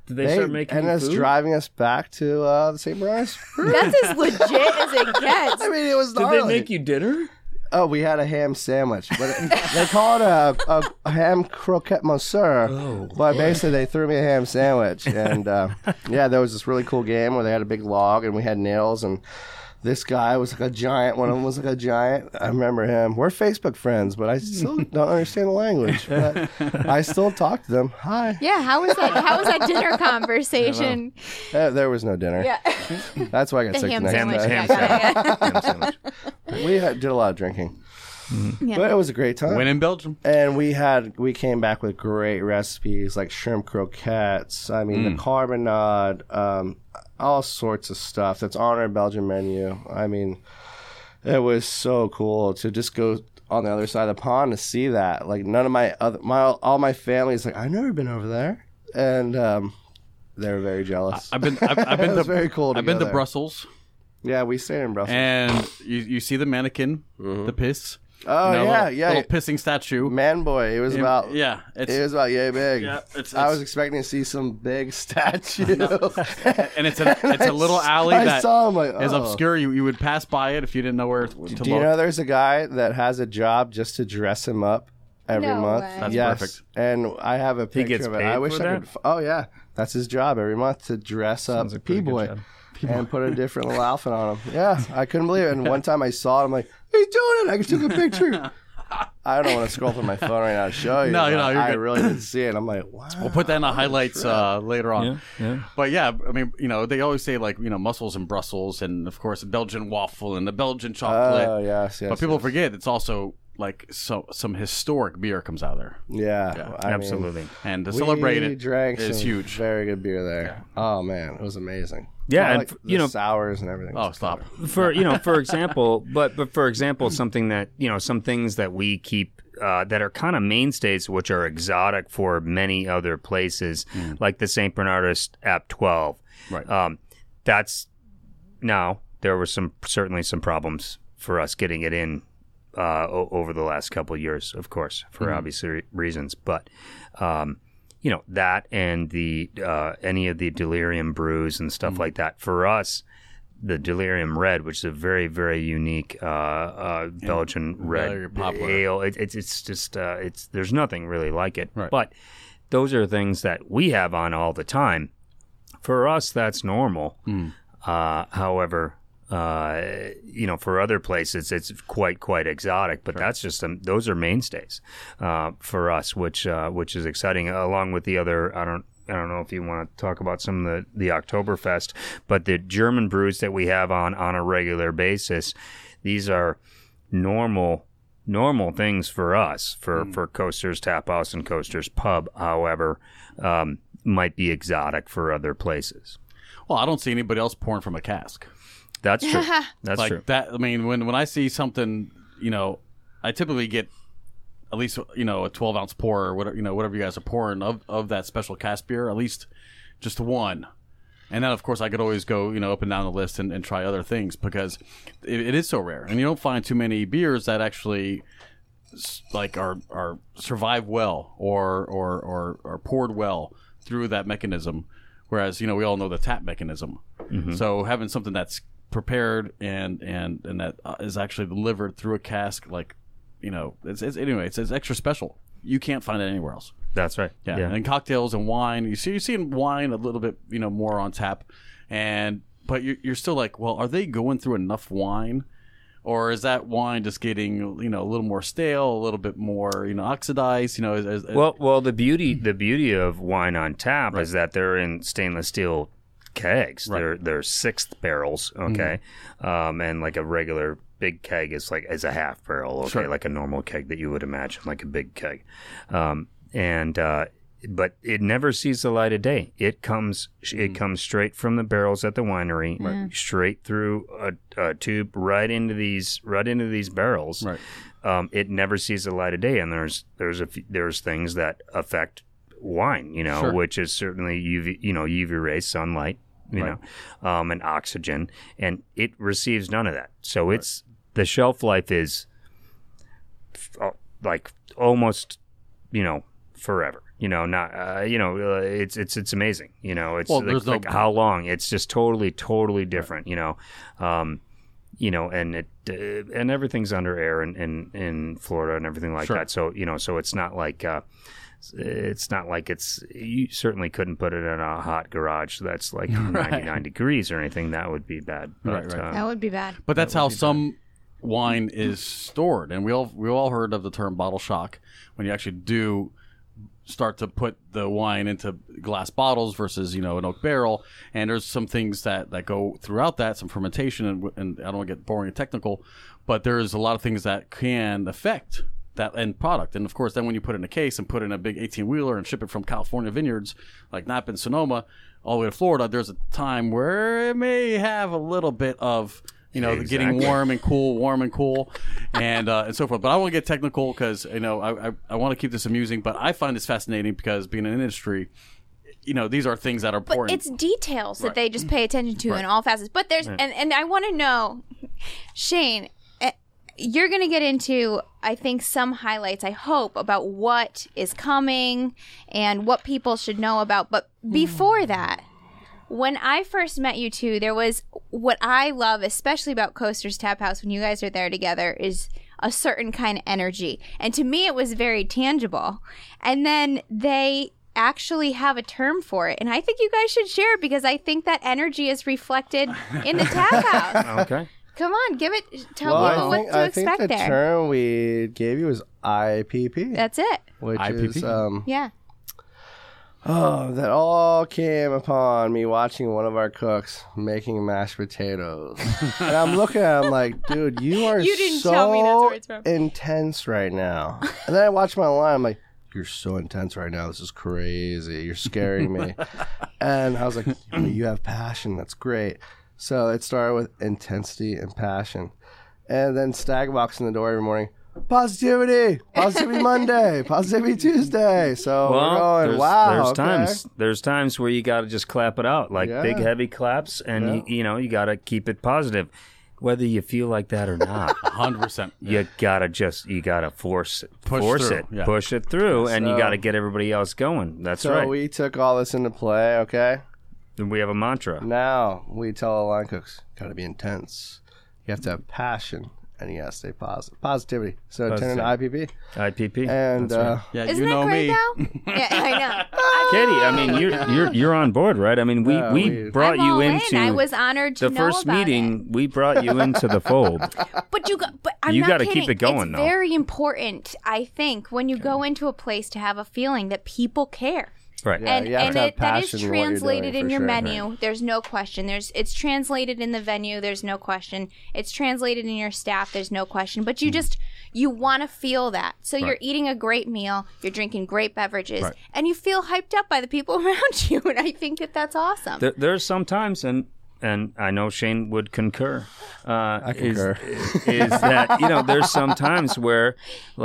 Speaker 5: Did
Speaker 4: they,
Speaker 5: they, start making
Speaker 4: and
Speaker 5: you
Speaker 4: it's
Speaker 5: food?
Speaker 4: driving us back to uh, the St. Lawrence.
Speaker 2: That's as legit as it gets.
Speaker 4: I mean, it was
Speaker 5: Did
Speaker 4: gnarly.
Speaker 5: they make you dinner?
Speaker 4: Oh, we had a ham sandwich, but it- they call it a, a, a ham croquette monsieur.
Speaker 5: Oh,
Speaker 4: but basically, they threw me a ham sandwich, and uh, yeah, there was this really cool game where they had a big log and we had nails, and this guy was like a giant. One of them was like a giant. I remember him. We're Facebook friends, but I still don't understand the language. But I still talk to them. Hi.
Speaker 2: Yeah, how was that? How was that dinner conversation?
Speaker 4: Uh, there was no dinner.
Speaker 2: Yeah,
Speaker 4: That's why I got
Speaker 2: the
Speaker 4: sick
Speaker 2: ham
Speaker 4: the
Speaker 2: sandwich.
Speaker 4: next day.
Speaker 3: ham
Speaker 2: yeah, yeah, yeah.
Speaker 3: Ham sandwich.
Speaker 4: We had, did a lot of drinking,
Speaker 2: Mm-hmm. Yeah.
Speaker 4: but it was a great time.
Speaker 1: Win in Belgium.
Speaker 4: and we had we came back with great recipes like shrimp croquettes i mean
Speaker 1: Mm.
Speaker 4: the carbonade um, all sorts of stuff that's on our belgian menu i mean it was so cool to just go on the other side of the pond to see that like none of my other my all my family's like i've never been over there and um, they were very jealous
Speaker 1: I've been. I've, I've been
Speaker 4: It
Speaker 1: to.
Speaker 4: was very cool to
Speaker 1: I've been
Speaker 4: go
Speaker 1: to
Speaker 4: there.
Speaker 1: Brussels,
Speaker 4: yeah we stayed in brussels
Speaker 1: and you, you see the mannequin, the piss.
Speaker 4: oh
Speaker 1: you know,
Speaker 4: yeah
Speaker 1: little,
Speaker 4: yeah
Speaker 1: little pissing statue.
Speaker 4: man boy it was about
Speaker 1: yeah, it's
Speaker 4: It was about yay big.
Speaker 1: Yeah, it's-
Speaker 4: I
Speaker 1: it's-
Speaker 4: was expecting to see some big statue.
Speaker 1: and it's a it's a little alley
Speaker 4: I
Speaker 1: that is
Speaker 4: saw him like, oh.
Speaker 1: obscure. You you would pass by it if you didn't know where to look.
Speaker 4: Do you know there's a guy that has a job just to dress him up every
Speaker 2: No
Speaker 4: month?
Speaker 2: way. That's
Speaker 4: yes.
Speaker 1: perfect.
Speaker 4: And I have a picture
Speaker 3: gets
Speaker 4: of it.
Speaker 3: paid
Speaker 4: I wish
Speaker 3: for
Speaker 4: I
Speaker 3: that?
Speaker 4: could. f- Oh yeah, that's his job every month to dress up
Speaker 5: like a
Speaker 4: P
Speaker 5: pretty good
Speaker 4: boy
Speaker 5: job.
Speaker 4: and put a different little outfit on him. Yeah, I couldn't believe it. And one time I saw it, I'm like, he's doing it. I took a picture. I don't want to scroll through my phone right now to show you.
Speaker 1: No,
Speaker 4: but
Speaker 1: no, you're
Speaker 4: I
Speaker 1: good.
Speaker 4: really didn't see it. I'm like, wow.
Speaker 1: We'll put that in the highlights uh, later on.
Speaker 5: Yeah, yeah.
Speaker 1: But yeah, I mean, you know, they always say like you know mussels in Brussels, and of course Belgian waffle and the Belgian chocolate.
Speaker 4: Oh yes, yes.
Speaker 1: but people forget it's also like so some historic beer comes out of there,
Speaker 4: Yeah, I mean,
Speaker 3: Absolutely.
Speaker 1: and to
Speaker 4: we
Speaker 1: celebrate it
Speaker 4: drank
Speaker 1: is
Speaker 4: some
Speaker 1: huge.
Speaker 4: Very good beer there. Oh man, it was amazing.
Speaker 3: Yeah,
Speaker 4: I
Speaker 3: and
Speaker 4: like
Speaker 3: f-
Speaker 4: the
Speaker 3: you know-
Speaker 4: sours and everything.
Speaker 1: Oh, stop!
Speaker 3: for you know for example but but for example something that you know some things that we keep uh, that are kind of mainstays which are exotic for many other places like the st bernardus app 12
Speaker 1: Right.
Speaker 3: um, that's now there were some certainly some problems for us getting it in uh, o- over the last couple of years of course for
Speaker 1: Mm-hmm.
Speaker 3: obvious re- reasons but um, you know that and the uh, any of the delirium brews and
Speaker 1: Mm-hmm.
Speaker 3: stuff like that for us the delirium red which is a very very unique uh, uh, belgian red
Speaker 1: very popular.
Speaker 3: ale it, it's, it's just uh, it's there's nothing really like it
Speaker 1: Right.
Speaker 3: but those are things that we have on all the time for us that's normal uh, however uh, you know for other places it's quite quite exotic but that's just um, those are mainstays uh, for us which uh, which is exciting along with the other i don't I don't know if you want to talk about some of the the Oktoberfest, but the German brews that we have on on a regular basis, these are normal normal things for us for for coasters tap house and coasters pub however um, might be exotic for other places
Speaker 1: Well, I don't see anybody else pouring from a cask.
Speaker 3: that's true that's
Speaker 1: like
Speaker 3: true
Speaker 1: that. I mean, when when I see something, you know, I typically get at least you know a twelve ounce pour or whatever you know whatever you guys are pouring of of that special cast beer, at least just one. And then, of course, I could always go, you know, up and down the list and, and try other things because it, it is so rare, and you don't find too many beers that actually s- like are are survive well or or or, or poured well through that mechanism. Whereas, you know, we all know the tap mechanism.
Speaker 2: Mm-hmm.
Speaker 1: So having something that's prepared and and and that uh, is actually delivered through a cask, like you know, it's, it's anyway, it's, it's extra special. You can't find it anywhere else.
Speaker 3: that's right
Speaker 1: Yeah. and cocktails and wine. You see, you see in wine a little bit, you know, more on tap, and but you're, you're still like, well, are they going through enough wine, or is that wine just getting you know a little more stale, a little bit more you know oxidized? You know, is, is,
Speaker 3: well well the beauty the beauty of wine on tap is that they're in stainless steel kegs they're they're sixth barrels okay um, and like a regular big keg is like is a half barrel okay like a normal keg that you would imagine like a big keg um, and uh, but it never sees the light of day. It comes it comes straight from the barrels at the winery, straight through a, a tube right into these right into these barrels.
Speaker 1: Right.
Speaker 3: Um, it never sees the light of day, and there's there's a f- there's things that affect wine, you know,
Speaker 1: Sure.
Speaker 3: which is certainly UV, you know, UV rays, sunlight, you know, um, and oxygen, and it receives none of that. So it's the shelf life is f- uh, like almost, you know, forever. You know, not uh, you know, uh, it's it's it's amazing. You know, it's
Speaker 1: Well,
Speaker 3: like,
Speaker 1: there's no-
Speaker 3: like how long. It's just totally totally different. You know, um, you know, and it uh, and everything's under air in in, in Florida and everything like
Speaker 1: Sure.
Speaker 3: that. So you know, so it's not like uh, it's not like it's you certainly couldn't put it in a hot garage that's like 99 degrees or anything. That would be bad. But,
Speaker 1: Right, right.
Speaker 3: Uh,
Speaker 2: That would be bad.
Speaker 1: But that's how some wine is stored, and we all we all heard of the term bottle shock when you actually do start to put the wine into glass bottles versus you know an oak barrel. And there's some things that that go throughout that, some fermentation, and, and I don't want to get boring and technical, but there's a lot of things that can affect that end product. And of course, then when you put it in a case and put it in a big 18 wheeler and ship it from California vineyards, like Napa and Sonoma, all the way to Florida, there's a time where it may have a little bit of, you know, the getting
Speaker 3: Exactly.
Speaker 1: warm and cool, warm and cool, and uh, and so forth. But I won't get technical because, you know, I, I, I want to keep this amusing, but I find this fascinating because being in an industry, you know, these are things that are
Speaker 2: But
Speaker 1: important.
Speaker 2: it's details that they just pay attention to in all facets. But there's and and I want to know, Shane, eh, you're going to get into I think some highlights. I hope about what is coming and what people should know about. But before that, when I first met you two, there was what I love, especially about Coaster's Tap House when you guys are there together, is a certain kind of energy. And to me, it was very tangible. And then they actually have a term for it. And I think you guys should share it because I think that energy is reflected in the tap house.
Speaker 3: okay.
Speaker 2: Come on, give it, tell
Speaker 4: Well,
Speaker 2: people
Speaker 4: I think,
Speaker 2: what to
Speaker 4: I think
Speaker 2: expect
Speaker 4: the
Speaker 2: there.
Speaker 4: term we gave you was IPP,
Speaker 2: That's it.
Speaker 4: which
Speaker 1: IPP?
Speaker 4: is um,
Speaker 2: Yeah.
Speaker 4: Oh, that all came upon me watching one of our cooks making mashed potatoes. and I'm looking at him like, dude, you are
Speaker 2: You didn't
Speaker 4: so
Speaker 2: tell me that's where it's from.
Speaker 4: intense right now. And then I watch my line, I'm like, you're so intense right now. This is crazy. You're scaring me. and I was like, you have passion. That's great. So it started with intensity and passion. And then Stag walks in the door every morning. Positivity, positivity Monday, positivity Tuesday. So Oh, we're
Speaker 3: Well,
Speaker 4: going.
Speaker 3: there's,
Speaker 4: wow,
Speaker 3: there's
Speaker 4: okay."
Speaker 3: times there's times where you got to just clap it out, like
Speaker 4: Yeah.
Speaker 3: big heavy claps, and
Speaker 4: Yeah.
Speaker 3: you, you know you got to keep it positive, whether you feel like that or not.
Speaker 1: 100%.
Speaker 3: you gotta just you gotta force
Speaker 1: Push
Speaker 3: force
Speaker 1: through,
Speaker 3: it,
Speaker 1: yeah.
Speaker 3: push it through, and you
Speaker 4: So-
Speaker 3: gotta get everybody else going. That's
Speaker 4: So
Speaker 3: right. We,
Speaker 4: we took all this into play, okay?
Speaker 3: we have a mantra.
Speaker 4: Now we tell our line cooks, gotta be intense. You have to have passion and you gotta stay positive. Positivity. So turn into IPP.
Speaker 3: IPP.
Speaker 4: And
Speaker 3: That's right.
Speaker 4: uh,
Speaker 1: Yeah,
Speaker 2: Isn't
Speaker 1: you know
Speaker 2: that great
Speaker 1: me.
Speaker 2: though? yeah, I know.
Speaker 3: Katie, I mean, you're you're you're on board, right? I mean, we
Speaker 4: Yeah,
Speaker 3: we
Speaker 4: we-
Speaker 3: brought
Speaker 2: I'm
Speaker 3: you
Speaker 2: all
Speaker 3: into
Speaker 2: in. I was honored to
Speaker 3: the
Speaker 2: know
Speaker 3: first
Speaker 2: about it.
Speaker 3: meeting. We brought you into the fold.
Speaker 2: But you, go, but I'm
Speaker 3: You
Speaker 2: not
Speaker 3: gotta keep
Speaker 2: kidding.
Speaker 3: it going,
Speaker 2: It's
Speaker 3: though.
Speaker 2: very important, I think, when you go into a place to have a feeling that people care,
Speaker 3: Right.
Speaker 4: Yeah,
Speaker 2: and
Speaker 4: you have
Speaker 2: and
Speaker 4: to have
Speaker 2: it, that is
Speaker 4: passion in what you're
Speaker 2: translated
Speaker 4: doing,
Speaker 2: in
Speaker 4: for
Speaker 2: your
Speaker 4: sure.
Speaker 2: menu. There's no question. There's it's translated in the venue. There's no question. It's translated in your staff. There's no question. But
Speaker 3: Hmm.
Speaker 2: you just you want to feel that. So you're eating a great meal. You're drinking great beverages,
Speaker 1: Right.
Speaker 2: and you feel hyped up by the people around you. And I think that that's awesome.
Speaker 3: There, there's some times, and and I know Shane would concur. Uh, I
Speaker 4: concur.
Speaker 3: Is, is that you know there's some times where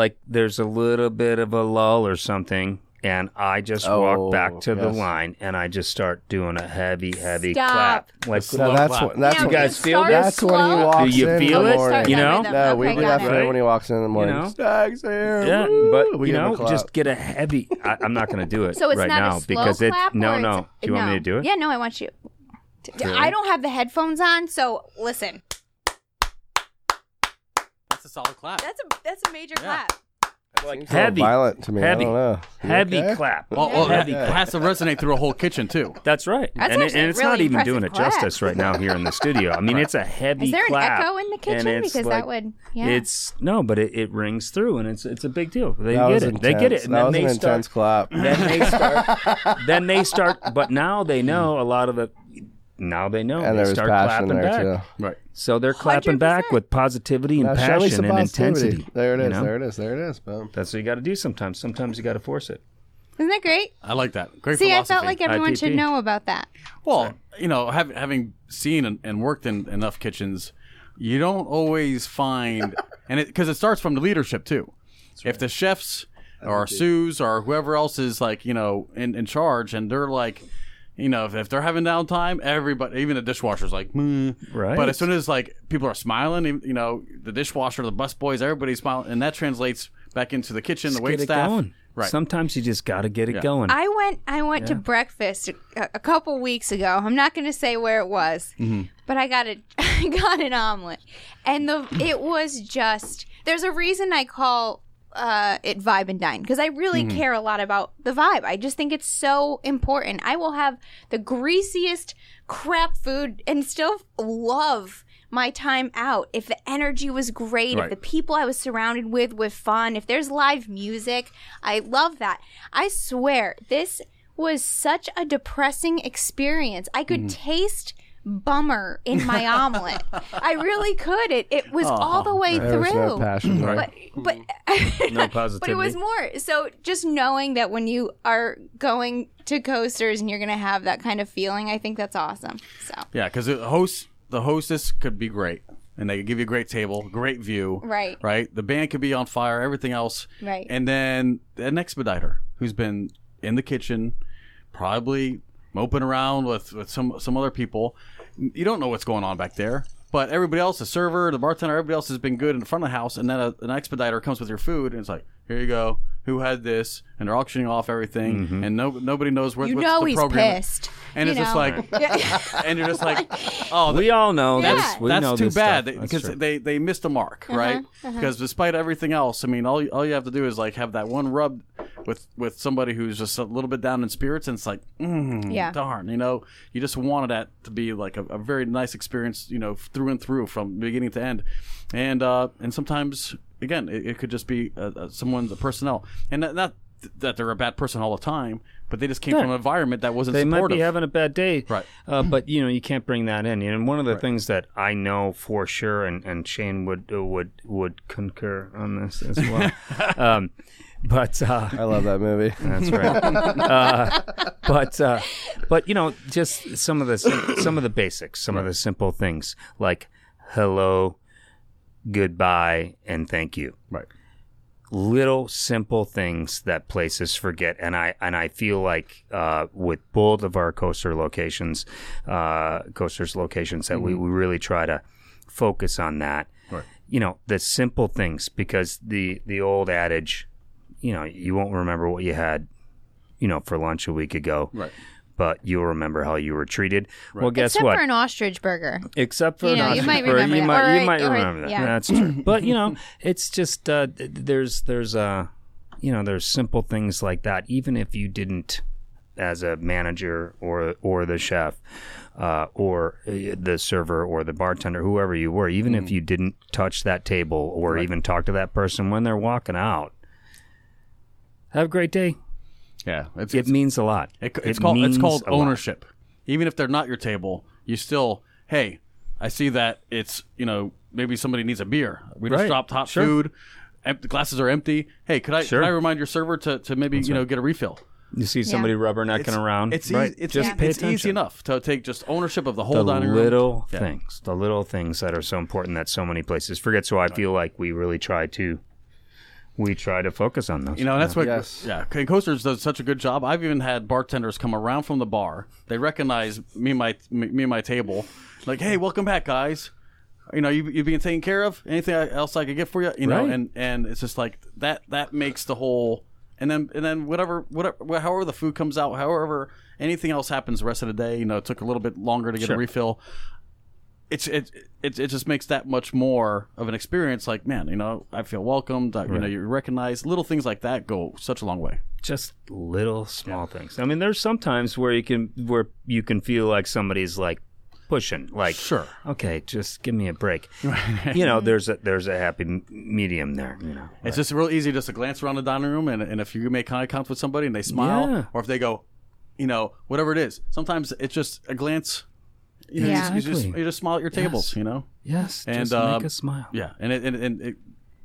Speaker 3: like there's a little bit of a lull or something. And I just
Speaker 4: Oh,
Speaker 3: walk back to the
Speaker 4: yes.
Speaker 3: line and I just start doing a heavy, heavy
Speaker 2: Stop.
Speaker 3: clap. Like,
Speaker 1: So
Speaker 4: no,
Speaker 1: Slow
Speaker 4: that's
Speaker 1: clap.
Speaker 4: what that's
Speaker 2: Now,
Speaker 4: what
Speaker 3: You guys
Speaker 2: it
Speaker 3: feel
Speaker 2: started
Speaker 4: that's when he
Speaker 2: slow.
Speaker 4: walks
Speaker 3: Do you
Speaker 4: in
Speaker 3: feel
Speaker 4: in
Speaker 3: it?
Speaker 4: the
Speaker 3: You
Speaker 4: morning.
Speaker 3: know?
Speaker 4: No, we
Speaker 2: Okay,
Speaker 4: do
Speaker 2: got
Speaker 4: that
Speaker 2: it.
Speaker 4: for him when he walks in in the morning.
Speaker 3: know?
Speaker 4: Stag's here.
Speaker 3: Yeah,
Speaker 4: woo!"
Speaker 3: but
Speaker 4: We
Speaker 3: you
Speaker 4: give him a
Speaker 3: know,
Speaker 4: clap.
Speaker 3: just get a heavy. I, I'm not going to do it
Speaker 2: So it's
Speaker 3: right
Speaker 2: not
Speaker 3: now
Speaker 2: a slow
Speaker 3: because it.
Speaker 2: clap.
Speaker 3: no,
Speaker 2: or
Speaker 3: no.
Speaker 2: it's-
Speaker 3: Do you want me to do it?
Speaker 2: Yeah, no, I want you. D- d- I don't have the headphones on, so listen.
Speaker 1: That's a solid clap.
Speaker 2: That's a that's a major clap.
Speaker 4: Seems a little
Speaker 3: heavy,
Speaker 4: violent to me. I
Speaker 3: heavy,
Speaker 4: don't know. You
Speaker 3: heavy
Speaker 4: okay?
Speaker 3: clap.
Speaker 1: Well, well,
Speaker 3: Heavy
Speaker 1: it has to resonate through a whole kitchen too.
Speaker 3: That's right.
Speaker 2: That's
Speaker 3: and, it-
Speaker 2: actually
Speaker 3: and
Speaker 2: a
Speaker 3: it's
Speaker 2: really
Speaker 3: not even
Speaker 2: impressive
Speaker 3: doing it
Speaker 2: clap.
Speaker 3: justice right now here in the studio. I mean, it's a heavy
Speaker 2: Is there an
Speaker 3: clap.
Speaker 2: echo in the kitchen?
Speaker 3: and it's
Speaker 2: Because that
Speaker 3: like-
Speaker 2: would- yeah.
Speaker 3: It's no, but it, it rings through and it's it's a big deal. They
Speaker 4: That
Speaker 3: get
Speaker 4: was
Speaker 3: it. They get
Speaker 4: intense.
Speaker 3: it. And
Speaker 4: That
Speaker 3: then
Speaker 4: was
Speaker 3: they
Speaker 4: an
Speaker 3: start
Speaker 4: intense clap.
Speaker 3: then they start then they start but now they know a lot of the now they know
Speaker 4: And
Speaker 3: they
Speaker 4: there was
Speaker 3: start
Speaker 4: passion
Speaker 3: clapping
Speaker 4: there
Speaker 3: back.
Speaker 4: too.
Speaker 1: Right.
Speaker 3: So they're clapping
Speaker 2: 100%.
Speaker 3: back with positivity and
Speaker 4: Now show me
Speaker 3: passion
Speaker 4: some
Speaker 3: and
Speaker 4: positivity.
Speaker 3: intensity.
Speaker 4: There it
Speaker 3: you
Speaker 4: is.
Speaker 3: know?
Speaker 4: There it is. There it is. Boom.
Speaker 3: That's what you got to do sometimes. Sometimes you got to force it.
Speaker 2: Isn't that great?
Speaker 1: I like that. Great
Speaker 2: See, I
Speaker 1: philosophy.
Speaker 2: felt like everyone should
Speaker 3: IPP.
Speaker 2: know about that.
Speaker 1: Well, you know, hav having seen and, and worked in enough kitchens, you don't always find, and because it, starts from the leadership too. If the chefs or Sue's or whoever else is like you know in, in charge, and they're like, you know, if, if they're having downtime, everybody, even the dishwasher's like, mm.
Speaker 3: Right.
Speaker 1: But as soon as like people are smiling, even- you know, the dishwasher, the busboys, everybody's smiling, and that translates back into the kitchen, the
Speaker 3: Get
Speaker 1: wait
Speaker 3: it
Speaker 1: staff.
Speaker 3: going.
Speaker 1: Right.
Speaker 3: Sometimes you just got to get it going.
Speaker 2: I went I went to breakfast a, a couple weeks ago. I'm not going to say where it was, but I got a I got an omelet, and the it was just there's a reason I call uh, it vibe and dine because I really care a lot about the vibe. I just think it's so important. I will have the greasiest crap food and still love my time out if the energy was great if
Speaker 1: Right.
Speaker 2: the people i was surrounded with were fun if there's live music i love that i swear this was such a depressing experience i could taste bummer in my omelet i really could it, it was all the way
Speaker 4: There
Speaker 2: through
Speaker 4: was no passion. there.
Speaker 2: but but
Speaker 3: no
Speaker 2: but
Speaker 3: positivity.
Speaker 2: it was more so just knowing that when you are going to coasters and you're gonna have that kind of feeling i think that's awesome so
Speaker 1: Yeah, because the host, the hostess could be great, and they could give you a great table, great view.
Speaker 2: Right.
Speaker 1: Right. The band could be on fire, everything else.
Speaker 2: Right.
Speaker 1: And then an expediter who's been in the kitchen, probably moping around with, with some some other people. You don't know what's going on back there. But everybody else, the server, the bartender, everybody else has been good in front of the house, and then a, an expediter comes with your food, and it's like, here you go, who had this, and they're auctioning off everything, and no, nobody knows where.
Speaker 2: you
Speaker 1: what's
Speaker 2: know
Speaker 1: the
Speaker 2: he's
Speaker 1: program.
Speaker 2: pissed
Speaker 1: and
Speaker 2: you
Speaker 1: it's just
Speaker 2: know?
Speaker 1: like,
Speaker 2: Yeah.
Speaker 1: and you're just like, oh,
Speaker 3: we all know
Speaker 2: Yeah.
Speaker 3: this. We know
Speaker 1: that's too
Speaker 3: this
Speaker 1: bad
Speaker 3: stuff.
Speaker 1: they-
Speaker 3: That's
Speaker 1: because
Speaker 3: true.
Speaker 1: they, they missed the mark, right? Because despite everything else, I mean, all you- all you have to do is like have that one rub with with somebody who's just a little bit down in spirits, and it's like, mm,
Speaker 2: Yeah.
Speaker 1: darn, you know, you just wanted that to be like a, a very nice experience, you know, through and through from beginning to end, and uh, and sometimes again, it, it could just be uh, uh, someone, the personnel, and not, not th- that they're a bad person all the time, but they just came from an environment that wasn't
Speaker 3: they might
Speaker 1: supportive.
Speaker 3: be having a bad day,
Speaker 1: Right.
Speaker 3: Uh, but you know you can't bring that in. And one of the things that I know for sure, and, and Shane would uh, would would concur on this as well. um, but uh,
Speaker 4: I love that movie.
Speaker 3: that's right. uh, but uh, but you know just some of the sim- some of the basics, some of the simple things like hello, goodbye, and thank you
Speaker 1: right.
Speaker 3: little simple things that places forget and i and i feel like uh, with both of our coaster locations uh, coasters locations that we, we really try to focus on that
Speaker 1: Right.
Speaker 3: you know the simple things because the the old adage you know you won't remember what you had you know for lunch a week ago
Speaker 1: Right.
Speaker 3: but you'll remember how you were treated well guess
Speaker 2: except
Speaker 3: what
Speaker 2: for an ostrich burger
Speaker 3: except for
Speaker 2: You know,
Speaker 3: an
Speaker 2: you might
Speaker 3: entrepreneur,
Speaker 2: remember
Speaker 3: you
Speaker 2: that.
Speaker 3: might,
Speaker 2: Or
Speaker 3: you
Speaker 2: it-
Speaker 3: might
Speaker 2: or it-
Speaker 3: remember that.
Speaker 2: yeah.
Speaker 3: That's true. But you know, it's just uh, th- there's there's uh you know there's simple things like that. Even if you didn't, as a manager or or the chef, uh, or uh, the server or the bartender, whoever you were, even
Speaker 1: Mm.
Speaker 3: if you didn't touch that table or even talk to that person when they're walking out, have a great day.
Speaker 1: Yeah, it's,
Speaker 3: It means a lot.
Speaker 1: It, it's called it's
Speaker 3: means
Speaker 1: called
Speaker 3: a lot.
Speaker 1: ownership. Even if they're not your table, you still hey, I see that it's you know maybe somebody needs a beer. We just
Speaker 3: Right.
Speaker 1: dropped hot
Speaker 3: Sure.
Speaker 1: food. Em- the glasses are empty. Hey, could I
Speaker 3: Sure.
Speaker 1: could I remind your server to, to maybe you know get a refill?
Speaker 3: You see somebody rubbernecking around.
Speaker 1: It's
Speaker 3: right?
Speaker 1: easy, it's,
Speaker 3: just
Speaker 1: easy-
Speaker 3: pay
Speaker 1: it's
Speaker 3: attention.
Speaker 1: easy enough to take just ownership of the whole
Speaker 3: the
Speaker 1: dining room.
Speaker 3: little
Speaker 1: Yeah.
Speaker 3: things, the little things that are so important that so many places forget. So I feel like we really try to, we try to focus on those.
Speaker 1: You know, that's what.
Speaker 4: Yes.
Speaker 1: Yeah, and Coasters does such a good job. I've even had bartenders come around from the bar. They recognize me and my me and my table, like, "Hey, welcome back, guys. You know, you you being taken care of. Anything I- else I could get for you? You know,
Speaker 3: Right.
Speaker 1: and and it's just like that. That makes the whole. And then and then whatever whatever however the food comes out, however anything else happens the rest of the day. You know, it took a little bit longer to get
Speaker 3: Sure.
Speaker 1: a refill it's it, it it just makes that much more of an experience. Like, man, you know, I feel welcomed. I, You know, you're recognized. Little things like that go such a long way.
Speaker 3: just little small things. I mean, there's sometimes where you can where you can feel like somebody's like pushing, like
Speaker 1: Sure.
Speaker 3: okay, just give me a break. you know, there's a there's a happy m- medium there. You know,
Speaker 1: It's just real easy just to glance around the dining room, and, and if you make eye contact with somebody and they smile,
Speaker 3: Yeah.
Speaker 1: or if they go, you know, whatever it is. Sometimes it's just a glance. You know, you
Speaker 2: Yeah.
Speaker 1: just- you, just,
Speaker 3: Exactly.
Speaker 1: you just smile at your tables. You know.
Speaker 3: yes,
Speaker 1: And,
Speaker 3: just
Speaker 1: um,
Speaker 3: make a smile.
Speaker 1: Yeah, and it, and, and it,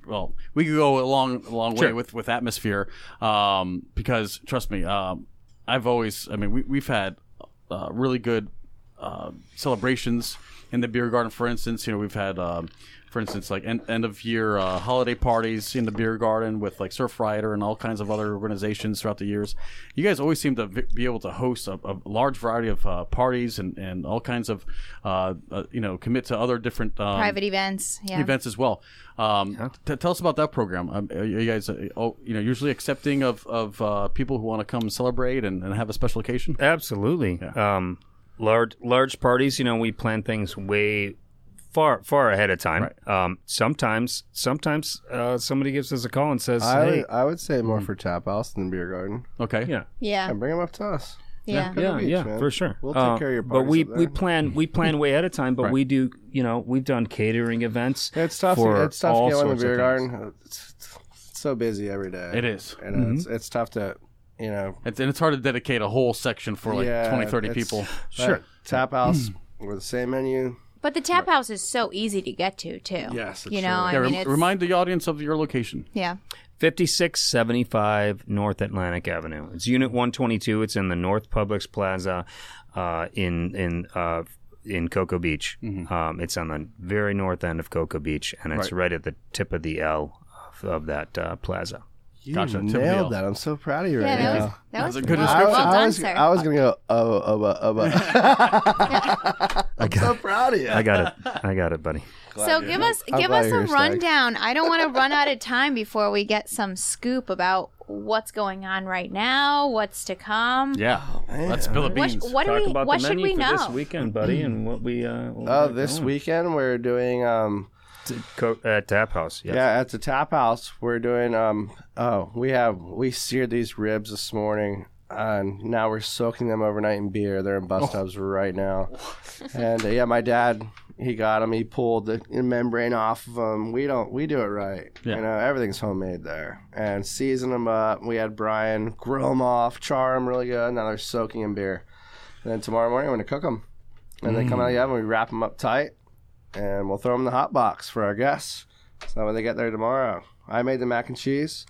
Speaker 1: well, we could go a long, a long way
Speaker 3: Sure.
Speaker 1: with with atmosphere, um, because trust me, um, I've always, I mean, we, we've had uh, really good uh, celebrations in the beer garden. For instance, you know we've had, um, for instance, like end, end of year uh, holiday parties in the beer garden with like Surf Rider and all kinds of other organizations throughout the years. You guys always seem to vi- be able to host a, a large variety of uh, parties and, and all kinds of uh, uh, you know commit to other different um,
Speaker 2: Private events. Yeah.
Speaker 1: events as well. Um, t- tell us about that program. Um, are you guys, uh, oh, you know, usually accepting of of uh, people who want to come celebrate and, and have a special occasion.
Speaker 3: Absolutely. Um, large large parties. You know, we plan things way far far ahead of time. Um, sometimes sometimes uh, somebody gives us a call and says,
Speaker 4: I,
Speaker 3: "Hey,
Speaker 4: would, I would say more for tap house than beer garden.
Speaker 1: Okay.
Speaker 3: yeah,
Speaker 2: yeah.
Speaker 4: Yeah,
Speaker 1: um,
Speaker 4: bring them up to us.
Speaker 2: Yeah.
Speaker 4: to the
Speaker 3: yeah,
Speaker 4: beach,
Speaker 3: yeah,
Speaker 4: man.
Speaker 3: for sure. Um,
Speaker 4: We'll take care of your
Speaker 3: But we
Speaker 4: parties up
Speaker 3: we
Speaker 4: there.
Speaker 3: plan we plan way ahead of time. But
Speaker 1: Right.
Speaker 3: we do. You know, we've done catering events.
Speaker 4: It's tough.
Speaker 3: For
Speaker 4: to, it's tough
Speaker 3: all
Speaker 4: to get one in
Speaker 3: sorts
Speaker 4: the
Speaker 3: of
Speaker 4: beer
Speaker 3: things.
Speaker 4: garden. It's, it's so busy every day.
Speaker 1: It is.
Speaker 4: And it's,
Speaker 3: Mm-hmm.
Speaker 4: it's tough to, you know,
Speaker 1: It's, and it's hard to dedicate a whole section for like
Speaker 4: Yeah,
Speaker 1: twenty, thirty 20, 30
Speaker 4: it's-
Speaker 1: people.
Speaker 3: Sure.
Speaker 4: but tap house with the same menu.
Speaker 2: But the tap house is so easy to get to too.
Speaker 4: Yes, it
Speaker 2: You know,
Speaker 4: sure
Speaker 2: I
Speaker 1: Yeah,
Speaker 2: mean,
Speaker 1: rem-
Speaker 2: it's,
Speaker 1: remind the audience of your location.
Speaker 2: yeah.
Speaker 3: Fifty six seventy five North Atlantic Avenue. It's Unit one twenty two. It's in the North Publix Plaza, uh, in in uh, in Cocoa Beach. Um, it's on the very north end of Cocoa Beach, and it's right, at the tip of the L of, of that uh, plaza.
Speaker 4: You
Speaker 1: Gotcha, Tim Beale.
Speaker 4: nailed that. I'm so proud of you
Speaker 2: Yeah,
Speaker 4: right
Speaker 2: that
Speaker 4: now.
Speaker 2: was that
Speaker 1: That's
Speaker 2: was
Speaker 1: a good
Speaker 2: well,
Speaker 4: I, was-
Speaker 2: well
Speaker 4: I
Speaker 2: done,
Speaker 4: was,
Speaker 2: sir.
Speaker 4: I was gonna go oh oh uh, oh uh. I'm so proud of you.
Speaker 3: I got it. I got it, buddy.
Speaker 2: so give us
Speaker 4: I'm
Speaker 2: give
Speaker 4: glad
Speaker 2: us a
Speaker 4: you're here, Stag.
Speaker 2: rundown. I don't want to run out of time before we get some scoop about what's going on right now, what's to come.
Speaker 1: Yeah. Let's spill the
Speaker 2: What,
Speaker 1: beans.
Speaker 2: what do
Speaker 3: Talk
Speaker 2: we?
Speaker 3: about
Speaker 2: What
Speaker 3: the
Speaker 2: should
Speaker 3: menu
Speaker 2: we
Speaker 3: for
Speaker 2: know?
Speaker 3: this weekend, buddy, and what we. Uh, what
Speaker 4: Oh,
Speaker 3: we're
Speaker 4: this
Speaker 3: going.
Speaker 4: weekend we're doing um
Speaker 3: Co- at Tap House. Yes.
Speaker 4: yeah at the tap house we're doing um oh we have we seared these ribs this morning and now we're soaking them overnight in beer. They're in bus tubs right now, and uh, yeah, my dad he got them. He pulled the membrane off of them. We don't we do it right.
Speaker 1: Yeah.
Speaker 4: You know everything's homemade there and season them up. We had Brian grill them off, char them really good. Now they're soaking in beer. And then tomorrow morning, I'm going to cook them. And they come out of the oven, we wrap them up tight, and we'll throw them in the hot box for our guests. So when they get there tomorrow, I made the mac and cheese,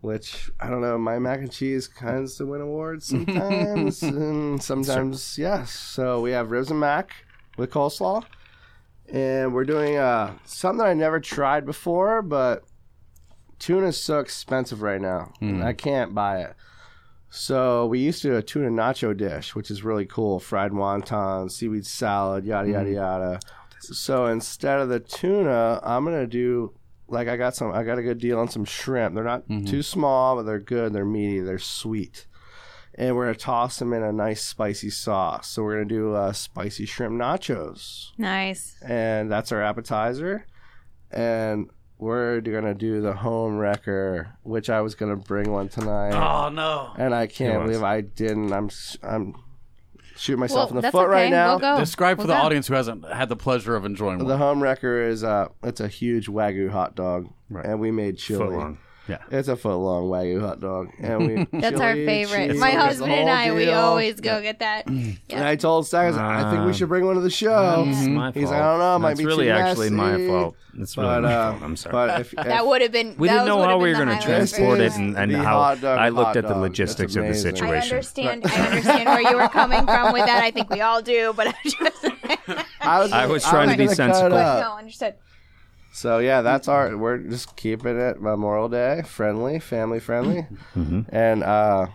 Speaker 4: which I don't know, my mac and cheese kinds to win awards sometimes, and sometimes, yes. So we have ribs and mac with coleslaw. And we're doing uh, something I never tried before, but tuna's so expensive right now. I can't buy it. So we used to do a tuna nacho dish, which is really cool. Fried wonton, seaweed salad, yada yada yada. So instead of the tuna, I'm gonna do like I got some. I got a good deal on some shrimp. They're not too small, but they're good. They're meaty. They're sweet. And we're gonna toss them in a nice spicy sauce. So we're gonna do uh, spicy shrimp nachos
Speaker 2: Nice.
Speaker 4: and that's our appetizer. And we're gonna do the home wrecker, which I was gonna bring one tonight,
Speaker 1: Oh, no.
Speaker 4: and I can't
Speaker 3: was.
Speaker 4: believe I didn't. I'm s- I'm shooting
Speaker 2: Well,
Speaker 4: myself in the
Speaker 2: that's
Speaker 4: foot
Speaker 2: okay.
Speaker 4: right now.
Speaker 2: We'll go.
Speaker 1: Describe for
Speaker 2: We'll
Speaker 1: the
Speaker 2: go.
Speaker 1: audience who hasn't had the pleasure of enjoying one.
Speaker 4: The home wrecker is uh, it's a huge wagyu hot dog, and we made chili.
Speaker 3: Foot long.
Speaker 4: It's a foot long wagyu hot dog, and we
Speaker 2: That's our
Speaker 4: chili,
Speaker 2: favorite.
Speaker 4: cheese,
Speaker 2: My
Speaker 4: the
Speaker 2: husband and
Speaker 4: whole
Speaker 2: I, we
Speaker 4: deal.
Speaker 2: always go get that.
Speaker 4: And I told Stag, I, was like, I think we
Speaker 3: Uh,
Speaker 4: should bring one to the show.
Speaker 3: It's my fault.
Speaker 4: Ah. Oh, mm-hmm. He's like, I don't know, it might
Speaker 3: That's
Speaker 4: be
Speaker 3: really
Speaker 4: too
Speaker 3: actually my
Speaker 4: messy.
Speaker 3: fault. It's really
Speaker 4: But
Speaker 3: my
Speaker 4: uh,
Speaker 3: fault. I'm sorry.
Speaker 4: But if,
Speaker 2: That
Speaker 4: if-
Speaker 2: would have been.
Speaker 3: we didn't
Speaker 2: those
Speaker 3: know
Speaker 2: would
Speaker 3: how
Speaker 2: have
Speaker 3: we were
Speaker 2: been the
Speaker 3: going to
Speaker 2: highlight
Speaker 3: transport
Speaker 2: for
Speaker 3: it
Speaker 4: This
Speaker 2: me.
Speaker 3: and, and
Speaker 4: is the
Speaker 3: how
Speaker 4: hot dog
Speaker 3: I
Speaker 4: of
Speaker 3: looked
Speaker 4: hot
Speaker 3: at the
Speaker 4: dogs.
Speaker 3: logistics
Speaker 4: That's
Speaker 3: of the
Speaker 4: amazing. I
Speaker 2: I
Speaker 3: situation.
Speaker 2: understand. I understand where you were coming from with that. I think we all do, but I just
Speaker 4: I was,
Speaker 3: I was trying to be
Speaker 4: gonna cut it
Speaker 3: sensible.
Speaker 4: up.
Speaker 2: no understood.
Speaker 4: So yeah, that's our. We're just keeping it Memorial Day friendly, family friendly, and uh,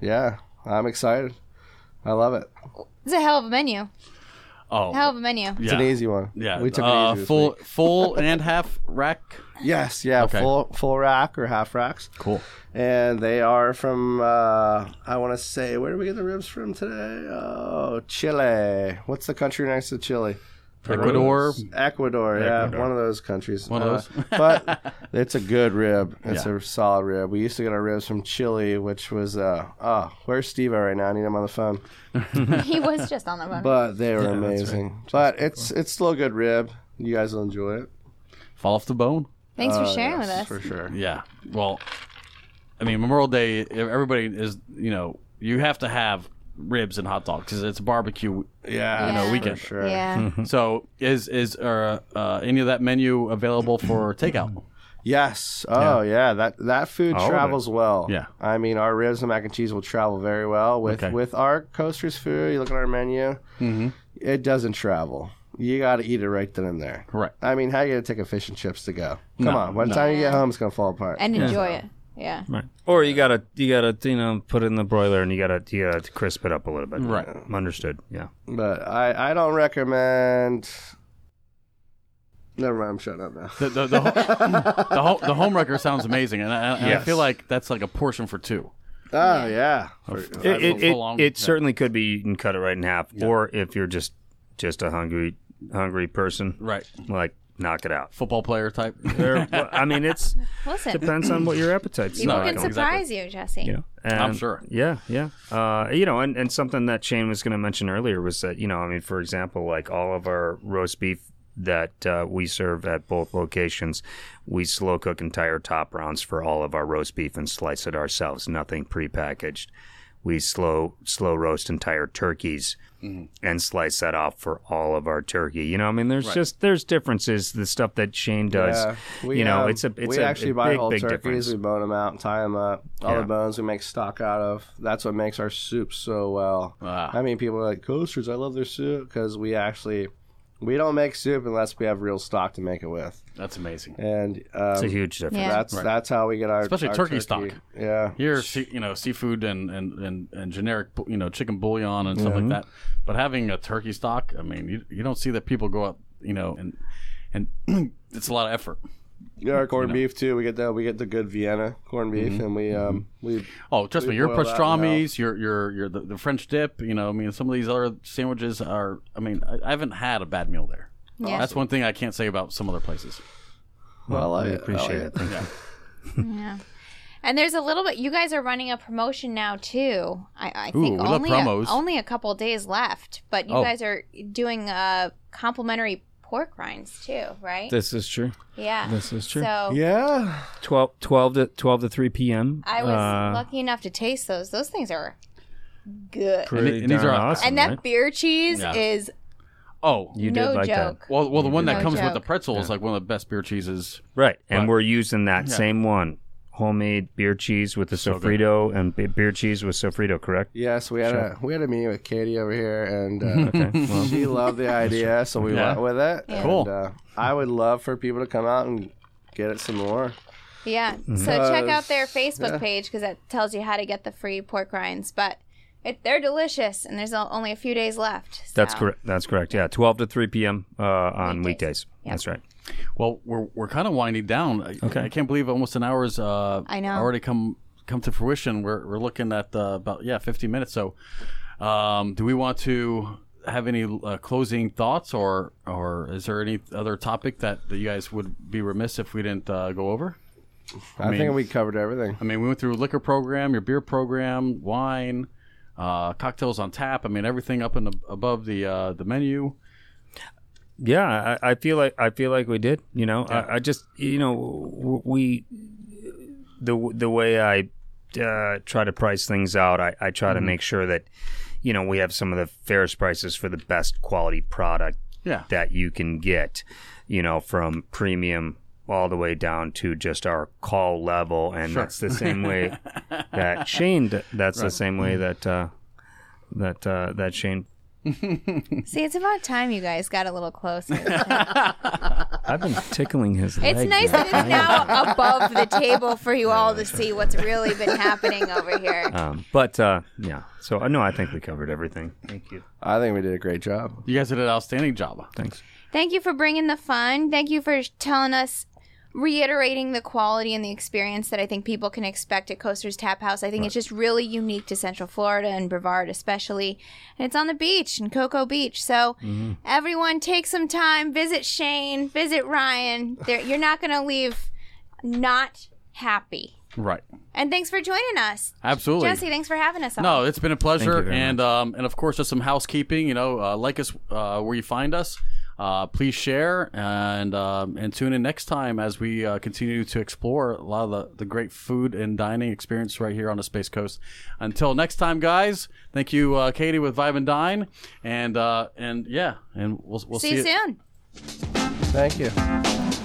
Speaker 4: yeah, I'm excited. I love it.
Speaker 2: It's a hell of a menu.
Speaker 1: oh,
Speaker 2: Hell of a menu.
Speaker 4: It's
Speaker 1: yeah.
Speaker 4: an easy one.
Speaker 1: Yeah.
Speaker 4: we took
Speaker 1: uh,
Speaker 4: it easy this
Speaker 1: full,
Speaker 4: week.
Speaker 1: full and half rack.
Speaker 4: Yes, yeah,
Speaker 1: Okay.
Speaker 4: full full rack or half racks,
Speaker 1: Cool.
Speaker 4: and they are from. Uh, I want to say, where did we get the ribs from today? Oh, Chile. What's the country next to Chile?
Speaker 1: Ecuador.
Speaker 4: Ecuador, yeah,
Speaker 3: Ecuador.
Speaker 4: one of those countries. Uh,
Speaker 1: One of those.
Speaker 4: but it's a good rib. It's
Speaker 1: Yeah.
Speaker 4: a solid rib. We used to get our ribs from Chile, which was uh oh, where's Steve right now? I need him on the phone.
Speaker 2: He was just on the run.
Speaker 4: But they were amazing. But it's it's still a good rib. You guys will enjoy it.
Speaker 1: Fall off the bone.
Speaker 2: Thanks
Speaker 3: uh,
Speaker 2: for sharing with us.
Speaker 4: for sure.
Speaker 1: Yeah. Well, I mean, Memorial Day, everybody is, you know, you have to have ribs and hot dogs because it's a barbecue.
Speaker 4: Yeah,
Speaker 2: know, we
Speaker 1: can-
Speaker 4: for sure.
Speaker 2: Yeah.
Speaker 3: Hmm.
Speaker 1: So, is is uh, uh, any of that menu available for takeout?
Speaker 4: Yes. Oh yeah. That that food
Speaker 3: All of it.
Speaker 4: travels well.
Speaker 1: Yeah.
Speaker 4: I mean, our ribs and mac and cheese will travel very well with
Speaker 1: Okay.
Speaker 4: with our coasters food. You look at our menu. Mm-hmm. It doesn't travel. you got to eat it right then and there.
Speaker 1: Right.
Speaker 4: I mean, how you gonna take a fish and chips to go? Come
Speaker 1: No,
Speaker 4: on, by the
Speaker 1: no.
Speaker 4: time you get home, it's gonna fall apart.
Speaker 2: and enjoy it. Yeah.
Speaker 3: Right. Or you gotta you gotta you know put it in the broiler and you gotta you gotta crisp it up a little bit.
Speaker 1: Right.
Speaker 3: Understood. Yeah.
Speaker 4: but I, I don't recommend. Never mind, I'm shutting up now.
Speaker 1: The the the, ho- the, ho- the home wrecker sounds amazing, and, I, and I
Speaker 3: Yes.
Speaker 1: feel like that's like a portion for two.
Speaker 4: Oh yeah, For-
Speaker 3: It
Speaker 1: That's
Speaker 3: it,
Speaker 1: a
Speaker 3: it,
Speaker 1: long-
Speaker 3: it certainly could be you can cut it right in half. Or if you're just just a hungry hungry person,
Speaker 1: Right.
Speaker 3: like knock it out.
Speaker 1: Football player type.
Speaker 3: There- well, I mean, it's
Speaker 2: Listen,
Speaker 3: depends on what your appetite's
Speaker 2: people
Speaker 1: No,
Speaker 3: like.
Speaker 2: can
Speaker 1: exactly.
Speaker 2: surprise you, Jesse.
Speaker 3: you know?
Speaker 1: I'm
Speaker 3: And-
Speaker 1: sure.
Speaker 3: Yeah, yeah. Uh, you know, and, and something that Shane was going to mention earlier was that, you know, I mean, for example, like all of our roast beef that uh, we serve at both locations, we slow cook entire top rounds for all of our roast beef and slice it ourselves, nothing prepackaged. We slow slow roast entire turkeys
Speaker 4: Mm-hmm.
Speaker 3: and slice that off for all of our turkey. You know, I mean, there's just there's differences. The stuff that Shane does,
Speaker 4: Yeah, we,
Speaker 3: you know,
Speaker 4: um,
Speaker 3: it's a it's
Speaker 4: we
Speaker 3: a,
Speaker 4: actually
Speaker 3: a
Speaker 4: buy
Speaker 3: big,
Speaker 4: whole
Speaker 3: big
Speaker 4: turkeys.
Speaker 3: difference.
Speaker 4: We bone them out and tie them up. All
Speaker 3: Yeah.
Speaker 4: the bones we make stock out of. That's what makes our soup so well.
Speaker 1: Ah.
Speaker 4: I mean, people are like coasters. I love their soup because we actually we don't make soup unless we have real stock to make it with.
Speaker 1: That's amazing.
Speaker 4: And um,
Speaker 3: It's a huge difference.
Speaker 2: Yeah.
Speaker 4: that's that's how we get our
Speaker 1: Especially
Speaker 4: our
Speaker 1: turkey stock.
Speaker 4: Yeah,
Speaker 1: Here, sea, you know, seafood and, and, and, and generic, you know, chicken bouillon and stuff like that. But having a turkey stock, I mean, you, you don't see that people go out, you know, and and it's a lot of effort.
Speaker 4: yeah. Our corned beef too. We get that. We get the good Vienna corned beef,
Speaker 3: Mm-hmm.
Speaker 4: and we um we
Speaker 1: Oh, trust
Speaker 4: We
Speaker 1: me, your
Speaker 4: boil that one
Speaker 1: pastrami's, your your your the, the French dip, you know, I mean, some of these other sandwiches are. I mean, I, I haven't had a bad meal there.
Speaker 2: Yeah.
Speaker 1: That's one thing I can't say about some other places.
Speaker 4: well I oh,
Speaker 3: I appreciate it. Thank you.
Speaker 2: Yeah. And there's a little bit. You guys are running a promotion now too. I, I think
Speaker 1: we love
Speaker 2: only
Speaker 1: promos.
Speaker 2: A, only a couple days left, but you
Speaker 1: Oh.
Speaker 2: guys are doing uh, complimentary pork rinds too, right?
Speaker 5: This is true.
Speaker 2: yeah,
Speaker 5: This is true.
Speaker 2: So
Speaker 4: Yeah,
Speaker 5: 12, 12 to 12 to 3 p.m.
Speaker 2: I was
Speaker 5: Uh,
Speaker 2: lucky enough to taste those. Those things are good.
Speaker 1: And,
Speaker 5: Pretty
Speaker 1: and these are
Speaker 5: darn awesome.
Speaker 2: and that
Speaker 5: right?
Speaker 2: beer cheese
Speaker 1: Yeah.
Speaker 2: is
Speaker 1: oh,
Speaker 3: You
Speaker 2: No
Speaker 3: did like
Speaker 2: joke.
Speaker 3: that.
Speaker 1: well, well, the one that
Speaker 2: No
Speaker 1: comes with
Speaker 2: joke.
Speaker 1: the pretzel is like one of the best beer cheeses.
Speaker 3: Right. And
Speaker 1: But-
Speaker 3: we're using that
Speaker 1: Yeah.
Speaker 3: same one. Homemade beer cheese with the
Speaker 1: good.
Speaker 3: sofrito and be- beer cheese with sofrito, correct?
Speaker 4: Yes, we had a we had a meeting with Katie over here, and uh, she loved the idea, so we
Speaker 1: Yeah.
Speaker 4: went with it. And,
Speaker 1: Cool.
Speaker 4: Uh, I would love for people to come out and get it some more.
Speaker 2: Yeah. So check
Speaker 4: Uh,
Speaker 2: out their Facebook page because that tells you how to get the free pork rinds. But it, they're delicious, and there's o- only a few days left.
Speaker 3: That's
Speaker 2: so.
Speaker 3: correct. That's correct. Yeah, 12 to 3 p.m. Uh, on
Speaker 2: Weekdays.
Speaker 3: weekdays.
Speaker 2: Yeah.
Speaker 3: That's right.
Speaker 1: Well, we're we're kind of winding down. I-
Speaker 3: Okay.
Speaker 1: I can't believe almost an hour's. Uh,
Speaker 2: I know.
Speaker 1: Already come come to fruition. We're we're looking at uh, about yeah fifty minutes. So, um, do we want to have any uh, closing thoughts, or or is there any other topic that, that you guys would be remiss if we didn't uh, go over?
Speaker 4: I, think we covered everything.
Speaker 1: I mean, we went through liquor program, your beer program, wine, uh, cocktails on tap. I mean, everything up and above the uh, the menu.
Speaker 3: Yeah, I, I feel like I feel like we did. You know, I, I just you know w- we the the way I uh, try to price things out, I, I try to make sure that you know we have some of the fairest prices for the best quality product
Speaker 1: Yeah.
Speaker 3: that you can get, you know, from premium all the way down to just our call level, and that's the same way that Shane. d- That's the same way that uh, that uh, that Shane.
Speaker 2: See, it's about time you guys got a little closer.
Speaker 3: I've been tickling his.
Speaker 2: it's nice that it's now above the table for you all to see what's really been happening over here.
Speaker 3: Um, but uh, yeah, so I know I think we covered everything. Thank you.
Speaker 4: I think we did a great job.
Speaker 1: You guys did an outstanding job.
Speaker 3: Thanks.
Speaker 2: Thank you for bringing the fun. Thank you for telling us, reiterating the quality and the experience that I think people can expect at Coaster's Tap House. I think it's just really unique to Central Florida and Brevard, especially. And it's on the beach in Cocoa Beach. So everyone, take some time, visit Shane, visit Ryan. There, you're not going to leave not happy.
Speaker 1: Right.
Speaker 2: And thanks for joining us,
Speaker 1: Absolutely.
Speaker 2: Jesse. Thanks for having us. On.
Speaker 1: No, it's been a pleasure,
Speaker 3: very
Speaker 1: and um, and of course, just some housekeeping. You know, uh, like us uh, where you find us. Uh, please share and um, and tune in next time as we uh, continue to explore a lot of the, the great food and dining experience right here on the Space Coast. Until next time, guys. Thank you, uh, Katie, with Vibe and Dine, and uh, and yeah, and we'll we'll
Speaker 2: see you soon.
Speaker 4: Thank you.
Speaker 1: soon.